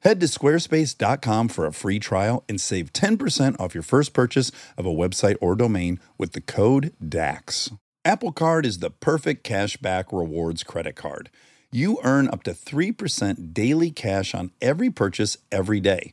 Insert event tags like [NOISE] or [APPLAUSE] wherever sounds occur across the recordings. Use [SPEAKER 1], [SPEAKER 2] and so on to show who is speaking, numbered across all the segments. [SPEAKER 1] Head to squarespace.com for a free trial and save 10% off your first purchase of a website or domain with the code DAX. Apple Card is the perfect cashback rewards credit card. You earn up to 3% daily cash on every purchase every day.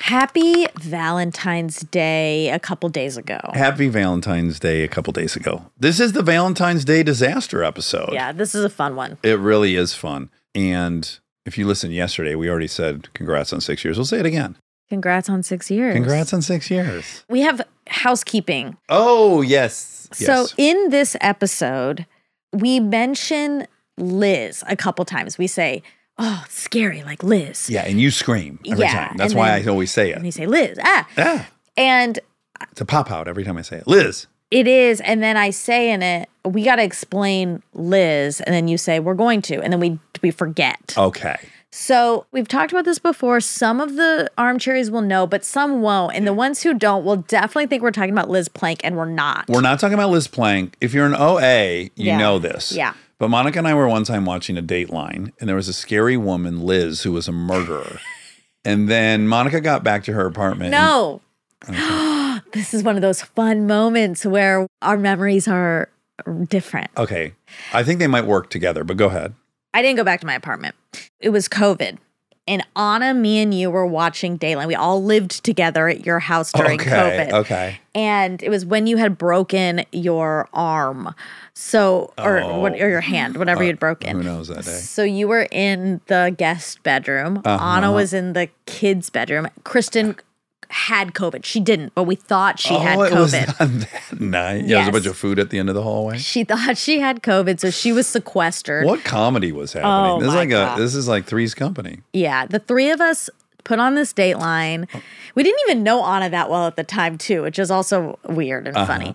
[SPEAKER 2] Happy Valentine's Day a couple days ago.
[SPEAKER 1] Happy Valentine's Day a couple days ago. This is the Valentine's Day disaster episode.
[SPEAKER 2] Yeah, this is a fun one.
[SPEAKER 1] It really is fun. And if you listened yesterday, we already said congrats on six years. We'll say it again.
[SPEAKER 2] Congrats on six years.
[SPEAKER 1] Congrats on six years.
[SPEAKER 2] We have housekeeping.
[SPEAKER 1] Oh, yes.
[SPEAKER 2] So,
[SPEAKER 1] yes.
[SPEAKER 2] in this episode, we mention Liz a couple times. We say, oh, scary, like Liz.
[SPEAKER 1] yeah, and you scream every
[SPEAKER 2] Yeah,
[SPEAKER 1] time. That's
[SPEAKER 2] and
[SPEAKER 1] why
[SPEAKER 2] then-
[SPEAKER 1] I always say
[SPEAKER 2] And
[SPEAKER 1] it.
[SPEAKER 2] we say, Liz, ah.
[SPEAKER 1] Ah,
[SPEAKER 2] And
[SPEAKER 1] it's a pop out every time I say it. Liz.
[SPEAKER 2] it is. And then I say in it, we got to explain Liz. And then you say, we're going to. And then we, we forget.
[SPEAKER 1] Okay.
[SPEAKER 2] So we've talked about this before. Some of the armchairs will know, but some won't. And the ones who don't will definitely think we're talking about Liz Plank, and we're not.
[SPEAKER 1] We're not talking about Liz Plank. If you're an OA, you
[SPEAKER 2] Yeah.
[SPEAKER 1] know this.
[SPEAKER 2] Yeah.
[SPEAKER 1] But Monica and I were one time watching a Dateline, and there was a scary woman, Liz, who was a murderer. and then Monica got back to her apartment. and-
[SPEAKER 2] No. [GASPS] this is one of those fun moments where our memories are different.
[SPEAKER 1] okay. I think they might work together, but go ahead.
[SPEAKER 2] I didn't go back to my apartment. It was COVID. And Anna, me and you were watching Dayline. We all lived together at your house during
[SPEAKER 1] okay.
[SPEAKER 2] COVID.
[SPEAKER 1] Okay.
[SPEAKER 2] And it was when you had broken your arm. So, or,
[SPEAKER 1] Oh. Uh,
[SPEAKER 2] what, or your hand, whatever you'd broken.
[SPEAKER 1] Who knows that day?
[SPEAKER 2] So you were in the guest bedroom.
[SPEAKER 1] Uh-huh.
[SPEAKER 2] Anna was in the kids' bedroom. Kristen had COVID. She didn't, but we thought she had
[SPEAKER 1] oh, it was
[SPEAKER 2] COVID.
[SPEAKER 1] [LAUGHS] not that night. Yeah, there was a
[SPEAKER 2] Yes.
[SPEAKER 1] bunch of food at the end of the hallway.
[SPEAKER 2] she thought she had COVID, so she was sequestered.
[SPEAKER 1] What comedy was happening?
[SPEAKER 2] Oh,
[SPEAKER 1] this is
[SPEAKER 2] my
[SPEAKER 1] like
[SPEAKER 2] God.
[SPEAKER 1] a this is like Three's Company.
[SPEAKER 2] Yeah, the three of us put on this dateline.
[SPEAKER 1] Oh.
[SPEAKER 2] We didn't even know Anna that well at the time, too, which is also weird
[SPEAKER 1] Uh-huh.
[SPEAKER 2] and funny.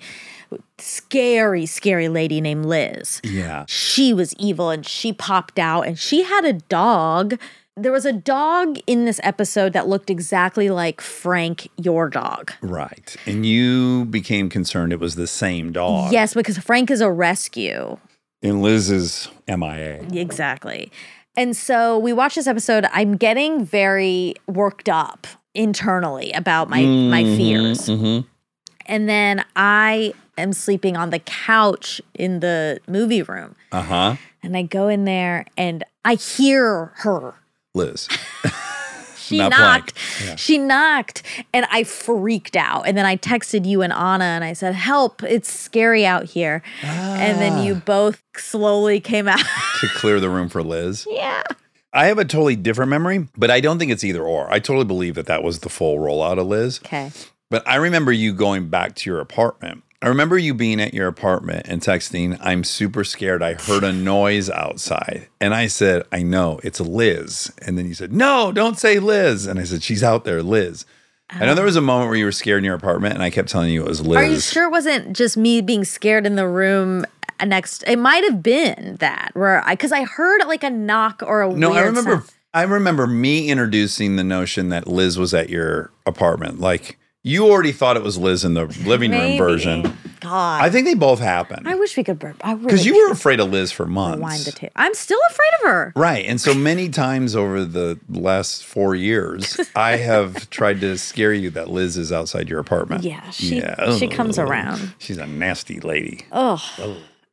[SPEAKER 2] Scary, scary lady named Liz.
[SPEAKER 1] Yeah.
[SPEAKER 2] she was evil and she popped out and she had a dog. There was a dog in this episode that looked exactly like Frank, your dog.
[SPEAKER 1] Right. And you became concerned it was the same dog.
[SPEAKER 2] Yes, because Frank is a rescue.
[SPEAKER 1] And Liz is MIA.
[SPEAKER 2] Exactly. And so we watched this episode. I'm getting very worked up internally about my my fears. And then I am sleeping on the couch in the movie room.
[SPEAKER 1] Uh huh.
[SPEAKER 2] And I go in there and I hear her
[SPEAKER 1] Liz.
[SPEAKER 2] she
[SPEAKER 1] Not
[SPEAKER 2] knocked.
[SPEAKER 1] blank. Yeah.
[SPEAKER 2] She knocked, and I freaked out. And then I texted you and Anna, and I said, "Help! It's scary out here." And then
[SPEAKER 1] Ah.
[SPEAKER 2] you both slowly
[SPEAKER 1] [LAUGHS]
[SPEAKER 2] came out.
[SPEAKER 1] to clear the room for Liz.
[SPEAKER 2] yeah,
[SPEAKER 1] I have a totally different memory, but I don't think it's either or. I totally believe that that was the full rollout of Liz.
[SPEAKER 2] okay,
[SPEAKER 1] But I remember you going back to your apartment. I remember you being at your apartment and texting, I'm super scared. I heard a noise outside. And I said, I know, it's Liz. And then you said, No, don't say Liz. And I said, She's out there, Liz. I know there was a moment where you were scared in your apartment, and I kept telling you it was Liz.
[SPEAKER 2] Oh. are you sure it wasn't just me being scared in the room? uh, Next, it might have been that where I because I heard like a knock or a
[SPEAKER 1] No,
[SPEAKER 2] Weird
[SPEAKER 1] I remember.
[SPEAKER 2] sound.
[SPEAKER 1] I remember me introducing the notion that Liz was at your apartment. Like you already thought it was Liz in the living room
[SPEAKER 2] Maybe.
[SPEAKER 1] version,
[SPEAKER 2] God.
[SPEAKER 1] I think they both happen.
[SPEAKER 2] I wish we could burp. I really
[SPEAKER 1] Because you were afraid of Liz for
[SPEAKER 2] should rewind the
[SPEAKER 1] months.
[SPEAKER 2] tape. I'm still afraid of her.
[SPEAKER 1] Right. And so many times over the last four
[SPEAKER 2] [LAUGHS]
[SPEAKER 1] years, I have tried to scare you that Liz is outside your apartment.
[SPEAKER 2] Yeah, she- she comes around. Oh,
[SPEAKER 1] She's a nasty lady.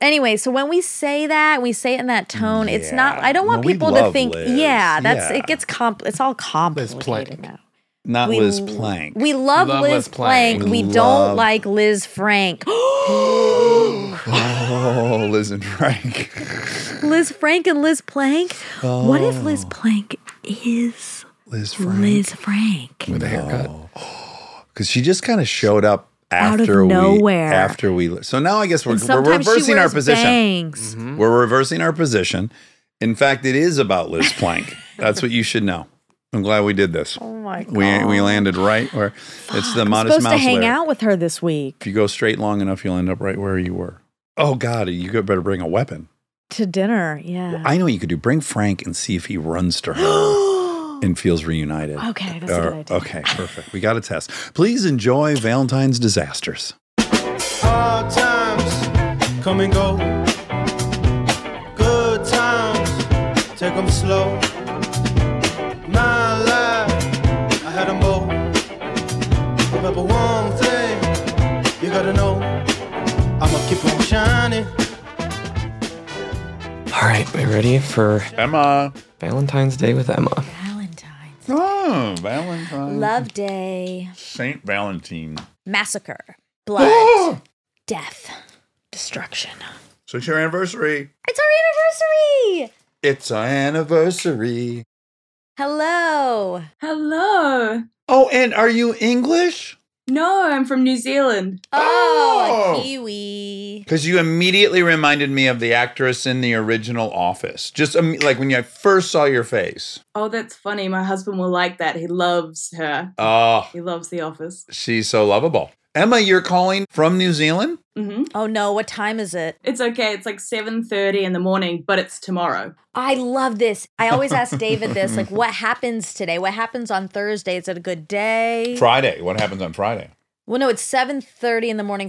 [SPEAKER 2] Anyway, so when we say that, we say it in that tone. It's not.
[SPEAKER 1] Yeah.
[SPEAKER 2] I don't want
[SPEAKER 1] No, we
[SPEAKER 2] people to
[SPEAKER 1] love
[SPEAKER 2] think.
[SPEAKER 1] Liz.
[SPEAKER 2] Yeah, that's
[SPEAKER 1] Yeah.
[SPEAKER 2] it. Gets comp. It's all complicated
[SPEAKER 3] Plank.
[SPEAKER 2] now.
[SPEAKER 1] Not
[SPEAKER 2] We
[SPEAKER 1] Liz
[SPEAKER 2] l-
[SPEAKER 1] Plank.
[SPEAKER 2] We love,
[SPEAKER 3] Love
[SPEAKER 2] Liz,
[SPEAKER 3] Liz
[SPEAKER 2] Plank.
[SPEAKER 3] Plank.
[SPEAKER 2] We
[SPEAKER 1] We
[SPEAKER 2] don't
[SPEAKER 1] love-
[SPEAKER 2] like Liz Frank. [GASPS]
[SPEAKER 1] oh, Liz and Frank.
[SPEAKER 2] Liz Frank and Liz Plank. What if
[SPEAKER 1] Oh.
[SPEAKER 2] Liz Plank is
[SPEAKER 1] Liz Frank.
[SPEAKER 2] Liz Frank?
[SPEAKER 3] with a haircut.
[SPEAKER 1] Because she just kind of showed up
[SPEAKER 2] Out of
[SPEAKER 1] after
[SPEAKER 2] nowhere.
[SPEAKER 1] we after we. So now I guess we're,
[SPEAKER 2] And
[SPEAKER 1] we're
[SPEAKER 2] sometimes she
[SPEAKER 1] reversing our
[SPEAKER 2] wears
[SPEAKER 1] position. Mm-hmm.
[SPEAKER 2] bangs.
[SPEAKER 1] We're reversing our position. In fact, it is about Liz Plank. That's what you should know. I'm glad we did this.
[SPEAKER 2] Oh my god.
[SPEAKER 1] We we landed right where it's the
[SPEAKER 2] I'm
[SPEAKER 1] modest
[SPEAKER 2] supposed
[SPEAKER 1] mouse.
[SPEAKER 2] to hang
[SPEAKER 1] layer.
[SPEAKER 2] out with her this week
[SPEAKER 1] If you go straight long enough, you'll end up right where you were. Oh God, you could better bring a weapon.
[SPEAKER 2] to dinner. Yeah.
[SPEAKER 1] I know what you could do. Bring Frank and see if he runs to
[SPEAKER 2] [GASPS]
[SPEAKER 1] her and feels reunited.
[SPEAKER 2] okay, that's a
[SPEAKER 1] Or-
[SPEAKER 2] good idea.
[SPEAKER 1] okay, perfect. We got a test. Please enjoy Valentine's disasters.
[SPEAKER 4] Hard times come and go. Good times take 'em slow. My life, I had 'em both. Remember one thing you gotta know. I'ma keep on shining.
[SPEAKER 5] All right, we ready for
[SPEAKER 1] Emma.
[SPEAKER 5] Valentine's Day with Emma.
[SPEAKER 2] Valentine's
[SPEAKER 1] Oh, Valentine.
[SPEAKER 2] Love Day
[SPEAKER 1] Saint Valentine. [GASPS]
[SPEAKER 2] massacre, blood, death, destruction.
[SPEAKER 1] So it's your anniversary.
[SPEAKER 2] It's our anniversary.
[SPEAKER 1] It's our anniversary.
[SPEAKER 2] Hello.
[SPEAKER 6] Hello.
[SPEAKER 1] Oh, and are you English?
[SPEAKER 6] No, I'm from New Zealand.
[SPEAKER 2] Oh,
[SPEAKER 1] Oh.
[SPEAKER 2] a kiwi.
[SPEAKER 1] Because you immediately reminded me of the actress in the original Office. Just um, like when you, I first saw your face.
[SPEAKER 6] Oh, that's funny. My husband will like that. He loves her.
[SPEAKER 1] Oh,
[SPEAKER 6] He loves The Office.
[SPEAKER 1] she's so lovable. Emma, you're calling from New Zealand?
[SPEAKER 6] hmm
[SPEAKER 2] Oh no, what time is it?
[SPEAKER 6] It's okay. It's like 7:30 in the morning, but it's tomorrow.
[SPEAKER 2] I love this. I always ask David this
[SPEAKER 1] [LAUGHS]
[SPEAKER 2] like, what happens today? What happens on Thursday? Is it a good day?
[SPEAKER 1] Friday. What happens on Friday?
[SPEAKER 2] well, no, it's seven thirty in the morning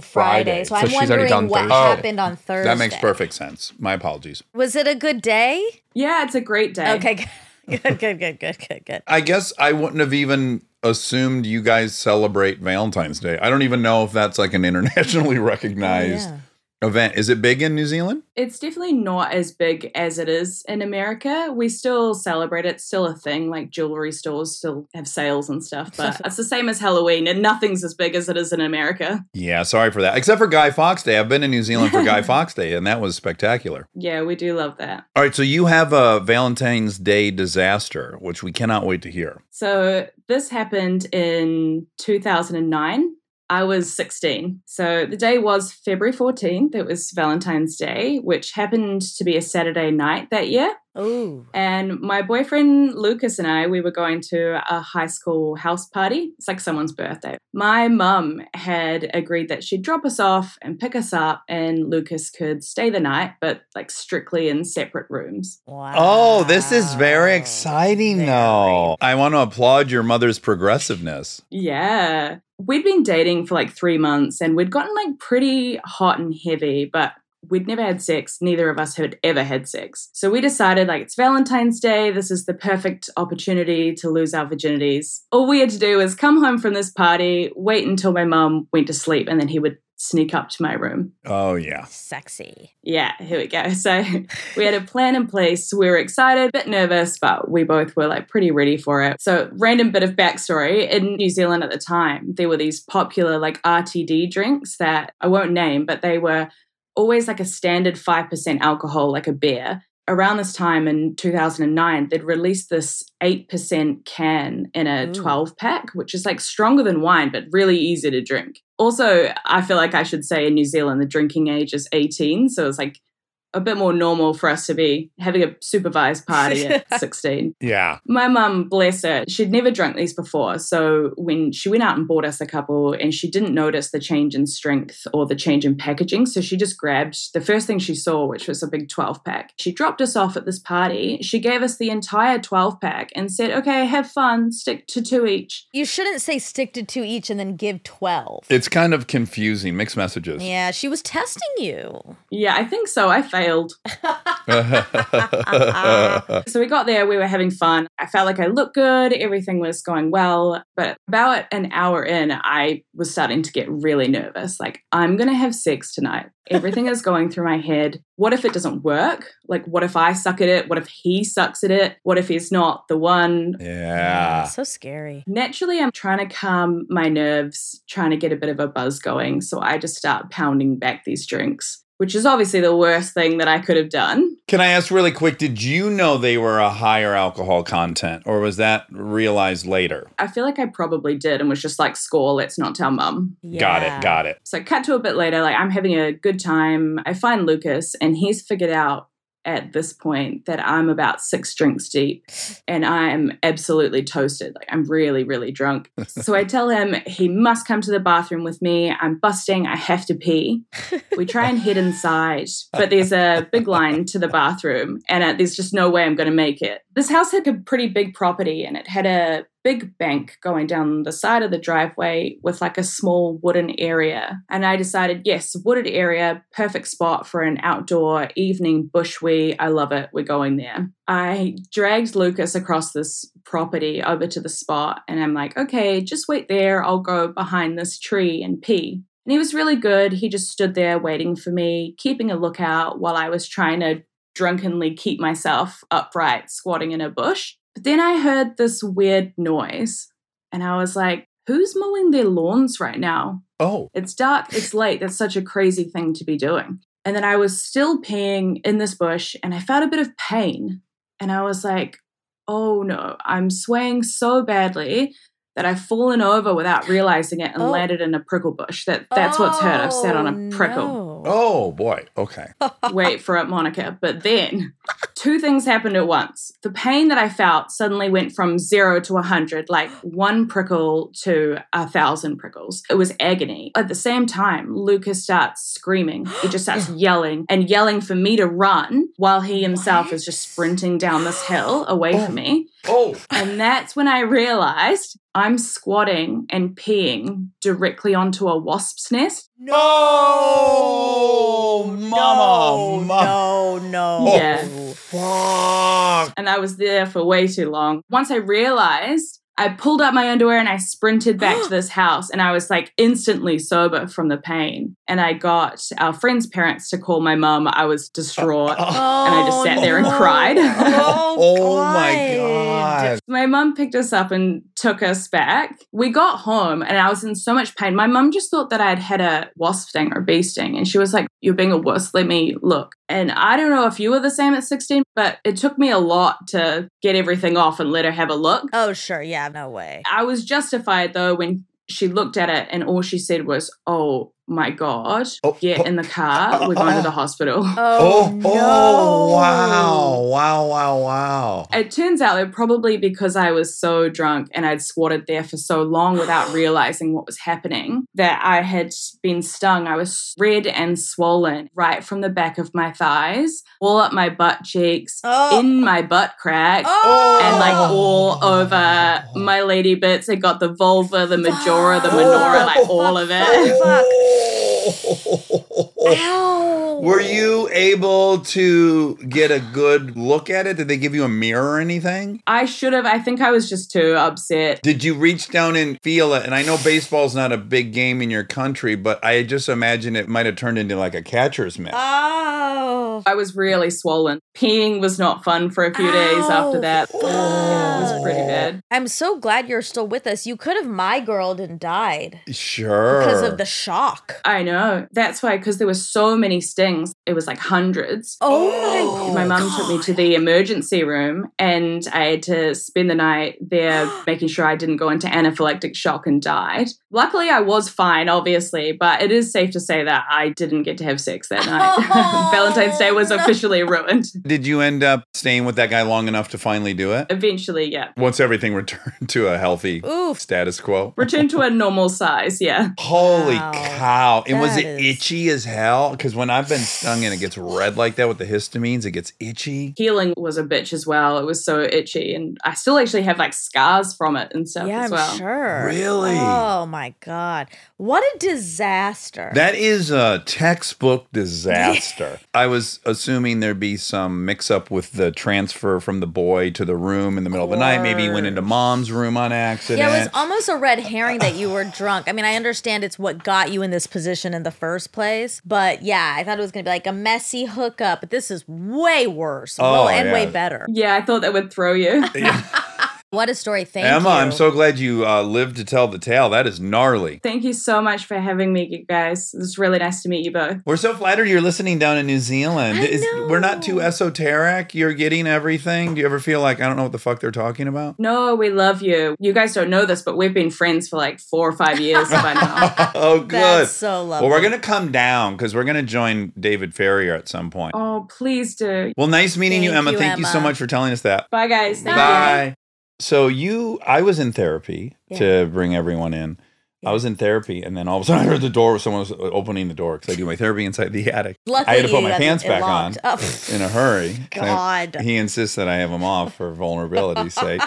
[SPEAKER 1] Friday.
[SPEAKER 2] Friday. So,
[SPEAKER 1] So
[SPEAKER 2] I'm
[SPEAKER 5] she's already
[SPEAKER 2] wondering
[SPEAKER 5] done
[SPEAKER 2] what
[SPEAKER 5] Thursday.
[SPEAKER 1] Oh.
[SPEAKER 2] happened on Thursday.
[SPEAKER 1] That makes perfect sense. My apologies.
[SPEAKER 2] Was it a good day?
[SPEAKER 6] Yeah, it's a great day.
[SPEAKER 2] Okay, [LAUGHS] good, good, good, good, good, good, good.
[SPEAKER 1] I guess I wouldn't have even assumed you guys celebrate Valentine's Day. I don't even know if that's like an internationally [LAUGHS] recognized
[SPEAKER 2] Yeah.
[SPEAKER 1] event. Is it big in New Zealand?
[SPEAKER 6] It's definitely not as big as it is in America. We still celebrate it. It's still a thing. Like jewelry stores still have sales and stuff, but it's the same as Halloween and nothing's as big as it is in America.
[SPEAKER 1] Yeah, sorry for that. Except for Guy Fawkes Day. I've been in New Zealand for [LAUGHS] Guy Fawkes Day, and that was spectacular.
[SPEAKER 6] Yeah, we do love that.
[SPEAKER 1] All right, so you have a Valentine's Day disaster, which we cannot wait to hear.
[SPEAKER 6] So this happened in 2009. I was 16. So the day was February 14th. It was Valentine's Day, which happened to be a Saturday night that year.
[SPEAKER 2] Ooh.
[SPEAKER 6] And my boyfriend Lucas and I, we were going to a high school house party. It's like someone's birthday. My mum had agreed that she'd drop us off and pick us up, and Lucas could stay the night, but like strictly in separate rooms.
[SPEAKER 2] Wow.
[SPEAKER 1] Oh, this is very exciting, though. I want to applaud your mother's progressiveness.
[SPEAKER 6] Yeah. We'd been dating for like three months and we'd gotten like pretty hot and heavy, but we'd never had sex. Neither of us had ever had sex. So we decided like it's Valentine's Day. This is the perfect opportunity to lose our virginities. All we had to do was come home from this party, wait until my mum went to sleep, and then he would sneak up to my room.
[SPEAKER 1] Oh, yeah.
[SPEAKER 2] Sexy.
[SPEAKER 6] Yeah, here we go. [LAUGHS] So we had a plan in place. We were excited, but nervous, but we both were like pretty ready for it. So, random bit of backstory in New Zealand at the time, there were these popular like RTD drinks that I won't name, but they were always like a standard 5% alcohol, like a beer. Around this time in 2009, they'd released this 8% can in a
[SPEAKER 2] Ooh.
[SPEAKER 6] 12 pack, which is like stronger than wine, but really easy to drink. Also, I feel like I should say in New Zealand, the drinking age is 18. So it's like a bit more normal for us to be having a supervised party at 16.
[SPEAKER 3] Yeah.
[SPEAKER 6] My mum, bless her, she'd never drunk these before. So when she went out and bought us a couple and she didn't notice the change in strength or the change in packaging. So she just grabbed the first thing she saw, which was a big 12 pack. She dropped us off at this party. She gave us the entire 12 pack and said, okay, have fun, stick to two each.
[SPEAKER 2] You shouldn't say stick to two each and then give 12.
[SPEAKER 1] It's kind of confusing. Mixed messages. [LAUGHS]
[SPEAKER 2] Yeah, she was testing you.
[SPEAKER 6] Yeah, I think so. I failed. So we got there, we were having fun. I felt like I looked good, everything was going well. But about an hour in, I was starting to get really nervous. Like, I'm going to have sex tonight. Everything is going through my head. What if it doesn't work? Like, what if I suck at it? What if he sucks at it? What if he's not the one?
[SPEAKER 3] yeah.
[SPEAKER 2] So scary.
[SPEAKER 6] Naturally, I'm trying to calm my nerves, trying to get a bit of a buzz going. So I just start pounding back these drinks, which is obviously the worst thing that I could have done.
[SPEAKER 1] Can I ask really quick? Did you know they were a higher alcohol content, or was that realized later?
[SPEAKER 6] I feel like I probably did and was just like, score, let's not tell mum.
[SPEAKER 1] Got
[SPEAKER 2] Yeah.
[SPEAKER 1] it. Got it.
[SPEAKER 6] So cut to a bit later, like I'm having a good time. I find Lucas and he's figured out at this point that I'm about six drinks deep and I'm absolutely toasted. Like I'm really, really drunk. so I tell him he must come to the bathroom with me. I'm busting. I have to pee. We try and head inside, but there's a big line to the bathroom and uh, there's just no way I'm going to make it. This house had a pretty big property and it had a big bank going down the side of the driveway with like a small wooden area. And I decided, yes, wooded area, perfect spot for an outdoor evening bushwee. I love it. We're going there. I dragged Lucas across this property over to the spot and I'm like, okay, just wait there. I'll go behind this tree and pee. And he was really good. He just stood there waiting for me, keeping a lookout while I was trying to drunkenly keep myself upright, squatting in a bush. But then I heard this weird noise and I was like, who's mowing their lawns right now?
[SPEAKER 1] Oh,
[SPEAKER 6] It's dark, it's late. That's such a crazy thing to be doing. And then I was still peeing in this bush and I felt a bit of pain. And I was like, oh no, I'm swaying so badly that I've fallen over without realizing it and
[SPEAKER 2] Oh.
[SPEAKER 6] landed in a prickle bush. That that's what's hurt. I've sat on a
[SPEAKER 2] Oh,
[SPEAKER 6] prickle.
[SPEAKER 2] no.
[SPEAKER 1] oh boy. Okay.
[SPEAKER 6] Wait for it, Monica. But then two things happened at once. The pain that I felt suddenly went from zero to a 100, like one prickle to a thousand prickles. It was agony. At the same time, Lucas starts screaming. He just starts yelling and yelling for me to run while he himself is just sprinting down this hill away from me.
[SPEAKER 1] Oh,
[SPEAKER 6] And that's when I realized I'm squatting and peeing directly onto a wasp's nest.
[SPEAKER 2] No,
[SPEAKER 1] Oh, mama,
[SPEAKER 2] no,
[SPEAKER 1] mama.
[SPEAKER 2] no, no.
[SPEAKER 6] Yeah.
[SPEAKER 3] Fuck.
[SPEAKER 6] And I was there for way too long. Once I realized, I pulled up my underwear and I sprinted back to this house and I was like instantly sober from the pain. And I got our friend's parents to call my mum. I was distraught.
[SPEAKER 2] and
[SPEAKER 6] I just sat there and cried.
[SPEAKER 2] Oh,
[SPEAKER 1] [LAUGHS] Oh my
[SPEAKER 2] God.
[SPEAKER 1] god.
[SPEAKER 6] My mum picked us up and took us back. We got home and I was in so much pain. My mum just thought that I'd had a wasp sting or bee sting. And she was like, You're being a wuss, let me look. And I don't know if you were the same at 16, but it took me a lot to get everything off and let her have a look.
[SPEAKER 2] Oh, sure. Yeah, no way.
[SPEAKER 6] I was justified though when she looked at it and all she said was, Oh my God,
[SPEAKER 1] Oh,
[SPEAKER 6] get
[SPEAKER 1] oh,
[SPEAKER 6] in the car. We're going to the hospital.
[SPEAKER 2] Oh,
[SPEAKER 1] Oh,
[SPEAKER 2] no.
[SPEAKER 1] oh, wow. Wow, wow, wow.
[SPEAKER 6] It turns out that probably because I was so drunk and I'd squatted there for so long without realizing what was happening that I had been stung. I was red and swollen right from the back of my thighs, all up my butt cheeks,
[SPEAKER 2] Oh.
[SPEAKER 6] in my butt crack.
[SPEAKER 2] Oh.
[SPEAKER 6] And like all over my lady bits, it got the vulva, the majora, the
[SPEAKER 2] Fuck.
[SPEAKER 6] menorah, like all of it.
[SPEAKER 1] Oh.
[SPEAKER 2] Ow.
[SPEAKER 1] Were you able to get a good look at it? Did they give you a mirror or anything?
[SPEAKER 6] I should have, I think I was just too upset.
[SPEAKER 1] Did you reach down and feel it? And I know baseball's not a big game in your country, but I just imagine it might have turned into like a catcher's mitt.
[SPEAKER 2] Oh.
[SPEAKER 6] I was really swollen. Peeing was not fun for a few days
[SPEAKER 2] Ow.
[SPEAKER 6] after that.
[SPEAKER 2] Fuck.
[SPEAKER 6] Yeah, it was pretty bad. did.
[SPEAKER 2] I'm so glad you're still with us. You could have my girl and died
[SPEAKER 1] Sure.
[SPEAKER 2] because of the shock.
[SPEAKER 6] I know. That's why, because there were so many stings, it was like hundreds.
[SPEAKER 2] Oh,
[SPEAKER 3] Oh,
[SPEAKER 2] my
[SPEAKER 6] my mum took me to the emergency room and I had to spend the night
[SPEAKER 2] [GASPS]
[SPEAKER 6] there making sure I didn't go into anaphylactic shock and died. Luckily, I was fine, obviously, but it is safe to say that I didn't get to have
[SPEAKER 2] [LAUGHS]
[SPEAKER 6] sex that night. [LAUGHS]
[SPEAKER 2] Oh,
[SPEAKER 6] Valentine's Day was
[SPEAKER 2] no.
[SPEAKER 6] officially ruined.
[SPEAKER 1] Did you end up staying with that guy long enough to finally do it?
[SPEAKER 6] Eventually, yeah.
[SPEAKER 1] Once everything [LAUGHS] returned to a healthy
[SPEAKER 2] [GASPS] Oof.
[SPEAKER 1] status quo.
[SPEAKER 6] Return to a normal size, yeah.
[SPEAKER 1] Holy
[SPEAKER 2] Wow.
[SPEAKER 1] cow. And was
[SPEAKER 2] That
[SPEAKER 1] it
[SPEAKER 2] is-
[SPEAKER 1] itchy as hell? Because when I've been stung and it gets red like that with the histamines, it gets itchy.
[SPEAKER 6] Healing was a bitch as well. It was so itchy, and I still actually have like scars from it and stuff
[SPEAKER 2] Yeah,
[SPEAKER 6] as
[SPEAKER 2] I'm
[SPEAKER 6] well.
[SPEAKER 2] sure.
[SPEAKER 1] Really?
[SPEAKER 2] Oh my god. What a disaster.
[SPEAKER 1] That is a textbook
[SPEAKER 2] [LAUGHS]
[SPEAKER 1] disaster. I was assuming there'd be some mix up with the transfer from the boy to the room in the middle of the night. Maybe he went into mom's room on accident.
[SPEAKER 2] yeah, it was almost a red herring that you were drunk. I mean, I understand it's what got you in this position in the first place, but yeah, I thought it was gonna be like a messy hookup, but this is way worse.
[SPEAKER 1] Oh,
[SPEAKER 2] well, and
[SPEAKER 1] yeah.
[SPEAKER 2] way better.
[SPEAKER 6] Yeah, I thought that would throw you.
[SPEAKER 2] What a story! Thank
[SPEAKER 1] Emma,
[SPEAKER 2] you.
[SPEAKER 1] I'm so glad you uh, lived to tell the tale. That is gnarly.
[SPEAKER 6] Thank you so much for having me, you guys. It was really nice to meet you both.
[SPEAKER 1] We're so flattered you're listening down in New Zealand.
[SPEAKER 2] I
[SPEAKER 1] Is- We're not too
[SPEAKER 2] know.
[SPEAKER 1] esoteric. You're getting everything. Do you ever feel like I don't know what the fuck they're talking
[SPEAKER 2] [LAUGHS]
[SPEAKER 1] about?
[SPEAKER 6] No, we love you. You guys don't know this, but we've been friends for like four or five years by now.
[SPEAKER 1] [LAUGHS] oh, good.
[SPEAKER 2] That's so lovely.
[SPEAKER 1] well, we're going to come down because we're going to join David Ferrier at some point.
[SPEAKER 6] Oh, please do.
[SPEAKER 1] Well, nice meeting you,
[SPEAKER 2] Thank
[SPEAKER 1] Emma.
[SPEAKER 2] you,
[SPEAKER 1] Thank you so
[SPEAKER 2] Emma.
[SPEAKER 1] much for telling us that.
[SPEAKER 6] Bye, guys. Thank you.
[SPEAKER 1] Bye. So you, I was in therapy
[SPEAKER 2] Yeah.
[SPEAKER 1] to bring everyone in. I
[SPEAKER 2] Yeah.
[SPEAKER 1] was in therapy, and then all of a sudden, I heard the door. Someone was opening the door because I do my therapy inside the attic.
[SPEAKER 2] Luckily,
[SPEAKER 1] I had to put
[SPEAKER 2] you
[SPEAKER 1] my
[SPEAKER 2] got-
[SPEAKER 1] pants
[SPEAKER 2] it
[SPEAKER 1] back
[SPEAKER 2] locked.
[SPEAKER 1] on
[SPEAKER 2] Oh, pff,
[SPEAKER 1] in a hurry.
[SPEAKER 2] [LAUGHS] God.
[SPEAKER 1] He insists that I have them off for vulnerability's
[SPEAKER 2] [LAUGHS]
[SPEAKER 1] sake.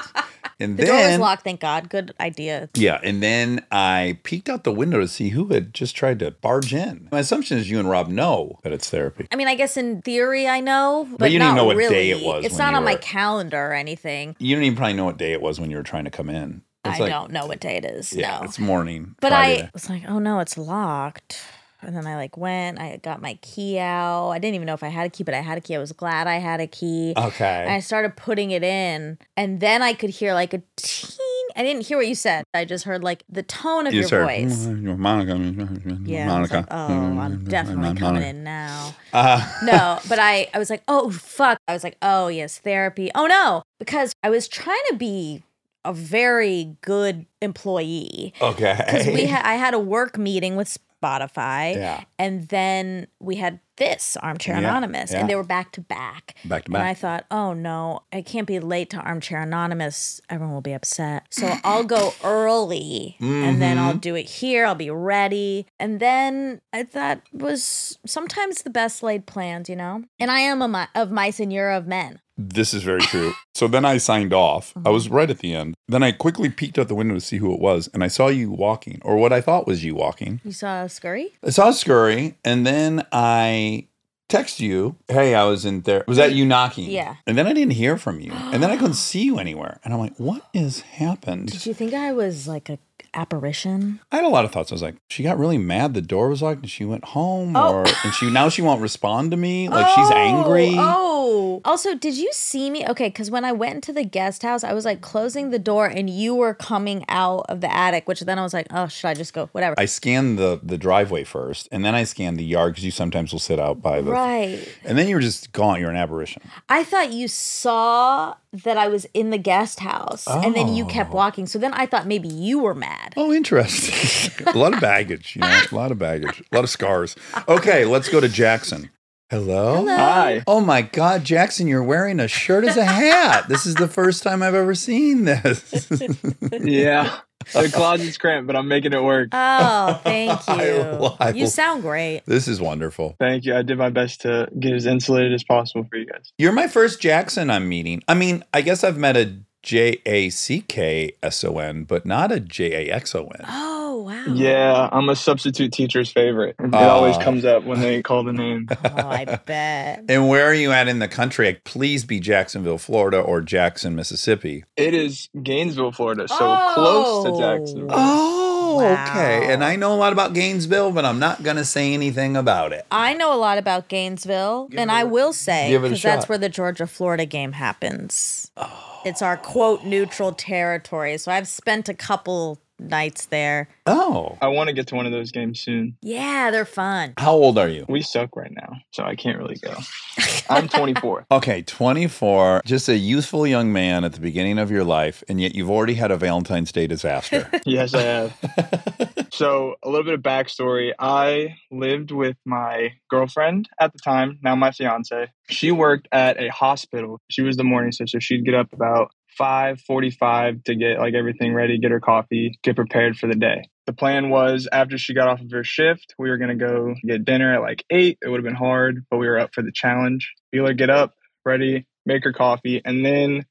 [SPEAKER 1] And
[SPEAKER 2] the door
[SPEAKER 1] then,
[SPEAKER 2] was locked. Thank God. Good idea.
[SPEAKER 1] yeah, and then I peeked out the window to see who had just tried to barge in. My assumption is you and Rob know that it's therapy.
[SPEAKER 2] I mean, I guess in theory, I know, but,
[SPEAKER 1] you didn't
[SPEAKER 2] not
[SPEAKER 1] know what
[SPEAKER 2] really.
[SPEAKER 1] day it was
[SPEAKER 2] It's
[SPEAKER 1] when
[SPEAKER 2] not
[SPEAKER 1] you
[SPEAKER 2] on my
[SPEAKER 1] were-
[SPEAKER 2] calendar or anything.
[SPEAKER 1] You don't even probably know what day it was when you were trying to come in. It's
[SPEAKER 2] I
[SPEAKER 1] like-
[SPEAKER 2] don't know what day it is.
[SPEAKER 1] Yeah,
[SPEAKER 2] no,
[SPEAKER 1] it's morning.
[SPEAKER 2] but I
[SPEAKER 1] Friday.
[SPEAKER 2] was like, oh no, it's locked. And then I like went. I got my key out. I didn't even know if I had a key, but I had a key. I was glad I had a key.
[SPEAKER 1] Okay.
[SPEAKER 2] And I started putting it in, and then I could hear like a teen. I didn't hear what you said. I just heard like the tone of
[SPEAKER 1] you
[SPEAKER 2] your
[SPEAKER 1] started,
[SPEAKER 2] voice.
[SPEAKER 1] Monica.
[SPEAKER 2] Yeah. I was
[SPEAKER 1] Monica. Mm-hmm,
[SPEAKER 2] like, oh,
[SPEAKER 1] [LAUGHS]
[SPEAKER 2] I'm definitely coming in now.
[SPEAKER 1] Uh,
[SPEAKER 2] No, but I, I was like, oh, fuck. I was like, oh, yes, therapy. Oh, no, because I was trying to be a very good employee.
[SPEAKER 1] [LAUGHS]
[SPEAKER 2] [LAUGHS]
[SPEAKER 1] okay.
[SPEAKER 2] Because we ha- I had a work meeting with Spotify,
[SPEAKER 1] Yeah.
[SPEAKER 2] and then we had this, Armchair
[SPEAKER 1] Yeah,
[SPEAKER 2] Anonymous,
[SPEAKER 1] yeah.
[SPEAKER 2] and they were back to back.
[SPEAKER 1] Back to
[SPEAKER 2] And I
[SPEAKER 1] back.
[SPEAKER 2] thought, oh no, I can't be late to Armchair Anonymous. Everyone will be upset. So I'll go early and then
[SPEAKER 1] Mm-hmm.
[SPEAKER 2] I'll do it here. I'll be ready. And then I thought was sometimes the best laid plans, you know? And I am a mi- of mice and you're of men.
[SPEAKER 1] This is very true. so then I signed off.
[SPEAKER 2] Mm-hmm.
[SPEAKER 1] I was right at the end. Then I quickly peeked out the window to see who it was, and I saw you walking, or what I thought was you walking.
[SPEAKER 2] You saw a scurry?
[SPEAKER 1] I saw Scurry, and then I text you, "Hey, I was in there." Was that you knocking?
[SPEAKER 2] Yeah.
[SPEAKER 1] And then I didn't hear from
[SPEAKER 2] [GASPS]
[SPEAKER 1] you, and then I couldn't see you anywhere, and I'm like, "What has happened?"
[SPEAKER 2] Did you think I was like a apparition?
[SPEAKER 1] I had a lot of thoughts. I was like, she got really mad. The door was locked, and she went home, or
[SPEAKER 2] Oh.
[SPEAKER 1] and she now she won't respond to me. Like she's
[SPEAKER 2] Oh,
[SPEAKER 1] angry.
[SPEAKER 2] Oh. Also, did you see me? Okay, because when I went into the guest house, I was like closing the door and you were coming out of the attic, which then I was like, oh, should I just go? Whatever.
[SPEAKER 1] I scanned the the driveway first, and then I scanned the yard because you sometimes will sit out by the.
[SPEAKER 2] right.
[SPEAKER 1] And then you were just gone. You're an aberration.
[SPEAKER 2] I thought you saw that I was in the guest house and then you kept walking. So then I thought maybe you were
[SPEAKER 1] [LAUGHS]
[SPEAKER 2] mad.
[SPEAKER 1] Oh, interesting.
[SPEAKER 2] [LAUGHS]
[SPEAKER 1] a lot of baggage. You know, a lot of baggage. A lot of scars. Okay, let's go to Jackson. Hello.
[SPEAKER 5] Hi.
[SPEAKER 1] Oh my God, Jackson, you're wearing a shirt as a hat. This is the first time I've ever seen this. [LAUGHS]
[SPEAKER 5] [LAUGHS] Yeah. The closet's cramped, but I'm making it work.
[SPEAKER 2] Oh,
[SPEAKER 1] [LAUGHS]
[SPEAKER 2] thank
[SPEAKER 1] I
[SPEAKER 2] you.
[SPEAKER 1] will- I
[SPEAKER 2] you
[SPEAKER 1] will-
[SPEAKER 2] sound great.
[SPEAKER 1] this is wonderful.
[SPEAKER 5] Thank you. I did my best to get as insulated as possible for you guys.
[SPEAKER 1] You're my first Jackson I'm meeting. I mean, I guess I've met a J A C K S O N, but not a J A X O N.
[SPEAKER 2] Oh, wow.
[SPEAKER 5] Yeah, I'm a substitute teacher's favorite. It
[SPEAKER 1] Aw.
[SPEAKER 5] always comes up when they call the name.
[SPEAKER 2] [LAUGHS] Oh, I bet.
[SPEAKER 1] And where are you at in the country? Please be Jacksonville, Florida, or Jackson, Mississippi.
[SPEAKER 5] It is Gainesville, Florida, so
[SPEAKER 2] Oh.
[SPEAKER 5] close to Jacksonville.
[SPEAKER 1] Oh, Oh, okay. And I know a lot about Gainesville, but I'm not going to say anything about it.
[SPEAKER 2] I know a lot about Gainesville, and I will say
[SPEAKER 1] give it a
[SPEAKER 2] because that's
[SPEAKER 1] shot. Oh.
[SPEAKER 2] where the Georgia Florida game happens. It's our quote neutral territory. So I've spent a couple nights there.
[SPEAKER 1] Oh.
[SPEAKER 5] I want to get to one of those games soon.
[SPEAKER 2] Yeah, they're fun.
[SPEAKER 1] How old are you?
[SPEAKER 5] We suck right now, so I can't really go. I'm 24.
[SPEAKER 1] Okay, 24, just a youthful young man at the beginning of your life, and yet you've already had a Valentine's Day [LAUGHS] disaster.
[SPEAKER 5] [LAUGHS] Yes, I have. So, a little bit of backstory. I lived with my girlfriend at the time, now my fiance. She worked at a hospital. She was the morning sister. She'd get up about 5:45 to get like everything ready, get her coffee, get prepared for the day. The plan was after she got off of her shift, we were going to go get dinner at like 8. It would have been hard, but we were up for the challenge. Beeler get up, ready, make her coffee, and then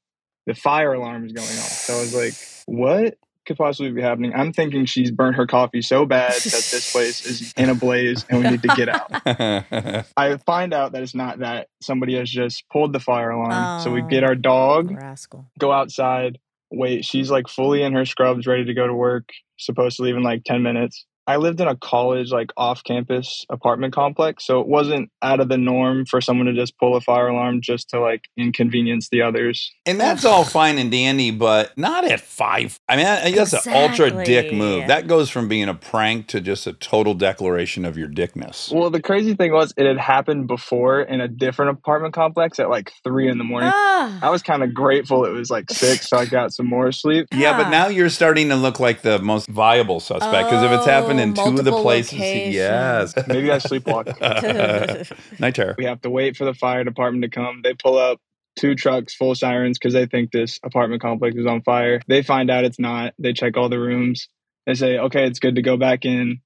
[SPEAKER 5] the fire alarm is going off. So I was like, "What?" could possibly be happening. I'm thinking she's burnt her coffee so bad that this place is in a blaze and we need to get out. I find out that it's not that. Somebody has just pulled the fire alarm. So we
[SPEAKER 2] Oh.
[SPEAKER 5] get our dog,
[SPEAKER 2] Rascal.
[SPEAKER 5] go outside, wait. She's like fully in her scrubs, ready to go to work, supposed to leave in like 10 minutes. I lived in a college, like off campus apartment complex. So it wasn't out of the norm for someone to just pull a fire alarm just to like inconvenience the others.
[SPEAKER 1] and that's all fine and dandy, but not at five. I mean, I- that's an ultra dick
[SPEAKER 2] Exactly.
[SPEAKER 1] move. That goes from being a prank to just a total declaration of your dickness.
[SPEAKER 5] Well, the crazy thing was, it had happened before in a different apartment complex at like three in the morning.
[SPEAKER 2] Ah.
[SPEAKER 5] I was kind of grateful it was like six, so I got some more sleep.
[SPEAKER 1] Yeah, but now you're starting to look like the most viable suspect because if it's happened in
[SPEAKER 2] Oh,
[SPEAKER 1] two of the
[SPEAKER 2] multiple
[SPEAKER 1] places,
[SPEAKER 2] locations.
[SPEAKER 1] yes.
[SPEAKER 5] [LAUGHS] Maybe I sleepwalk.
[SPEAKER 1] [LAUGHS]
[SPEAKER 2] [LAUGHS]
[SPEAKER 1] Night terror.
[SPEAKER 5] we have to wait for the fire department to come. They pull up two trucks full sirens because they think this apartment complex is on fire. They find out it's not. They check all the rooms. They say, okay, it's good to go back in.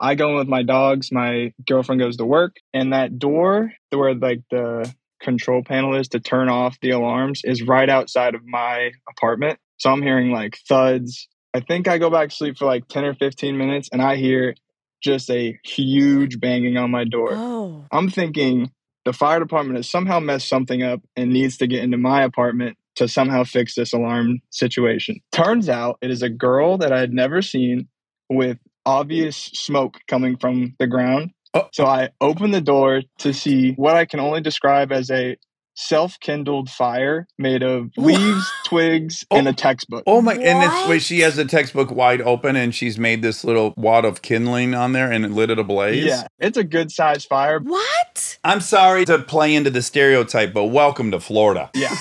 [SPEAKER 5] I go in with my dogs. My girlfriend goes to work, and that door where like the control panel is to turn off the alarms is right outside of my apartment. So I'm hearing like thuds. I think I go back to sleep for like 10 or 15 minutes and I hear just a huge banging on my door.
[SPEAKER 2] Oh.
[SPEAKER 5] I'm thinking the fire department has somehow messed something up and needs to get into my apartment to somehow fix this alarm situation. Turns out it is a girl that I had never seen with obvious smoke coming from the ground.
[SPEAKER 1] Oh.
[SPEAKER 5] So I open the door to see what I can only describe as a self kindled fire made of leaves, twigs, and
[SPEAKER 1] Oh.
[SPEAKER 5] a textbook.
[SPEAKER 1] Oh my! And it's wait,
[SPEAKER 2] What?
[SPEAKER 1] she has the textbook wide open, and she's made this little wad of kindling on there and lit it ablaze.
[SPEAKER 5] Yeah, it's a good sized fire.
[SPEAKER 2] What?
[SPEAKER 1] I'm sorry to play into the stereotype, but welcome to Florida.
[SPEAKER 5] Yeah.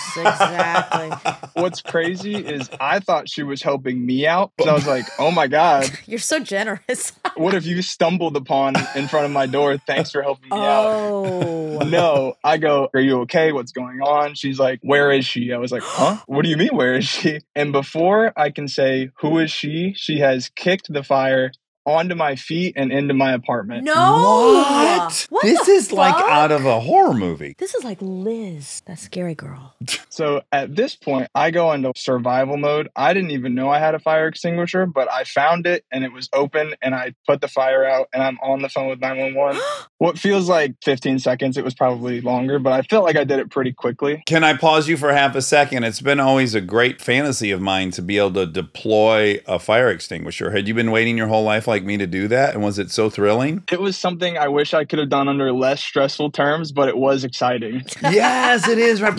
[SPEAKER 2] Exactly.
[SPEAKER 5] What's crazy is I thought she was helping me
[SPEAKER 1] [LAUGHS]
[SPEAKER 5] out. So I was like, oh my God,
[SPEAKER 2] You're so generous.
[SPEAKER 5] what if you stumbled upon in front of my door? Thanks for helping me out.
[SPEAKER 2] Oh.
[SPEAKER 5] No, I go, Are you okay? What's going on? She's like, Where is she? I was like, Huh? What do you mean, where is she? And before I can say, Who is she? She has kicked the fire onto my feet and into my apartment.
[SPEAKER 2] No.
[SPEAKER 1] What?
[SPEAKER 2] What
[SPEAKER 1] this
[SPEAKER 2] the
[SPEAKER 1] is like
[SPEAKER 2] fuck?
[SPEAKER 1] out of a horror movie.
[SPEAKER 2] This is like Liz, that scary girl.
[SPEAKER 5] So at this point, I go into survival mode. I didn't even know I had a fire extinguisher, but I found it and it was open and I put the fire out and I'm on the phone with 911. what feels like 15 seconds, it was probably longer, but I felt like I did it pretty quickly.
[SPEAKER 1] Can I pause you for half a second? It's been always a great fantasy of mine to be able to deploy a fire extinguisher. Had you been waiting your whole life like me to do that? And was it so
[SPEAKER 5] [LAUGHS]
[SPEAKER 1] thrilling?
[SPEAKER 5] It was something I wish I could have done under less stressful terms, but it was exciting.
[SPEAKER 1] yes, it is.
[SPEAKER 5] [LAUGHS]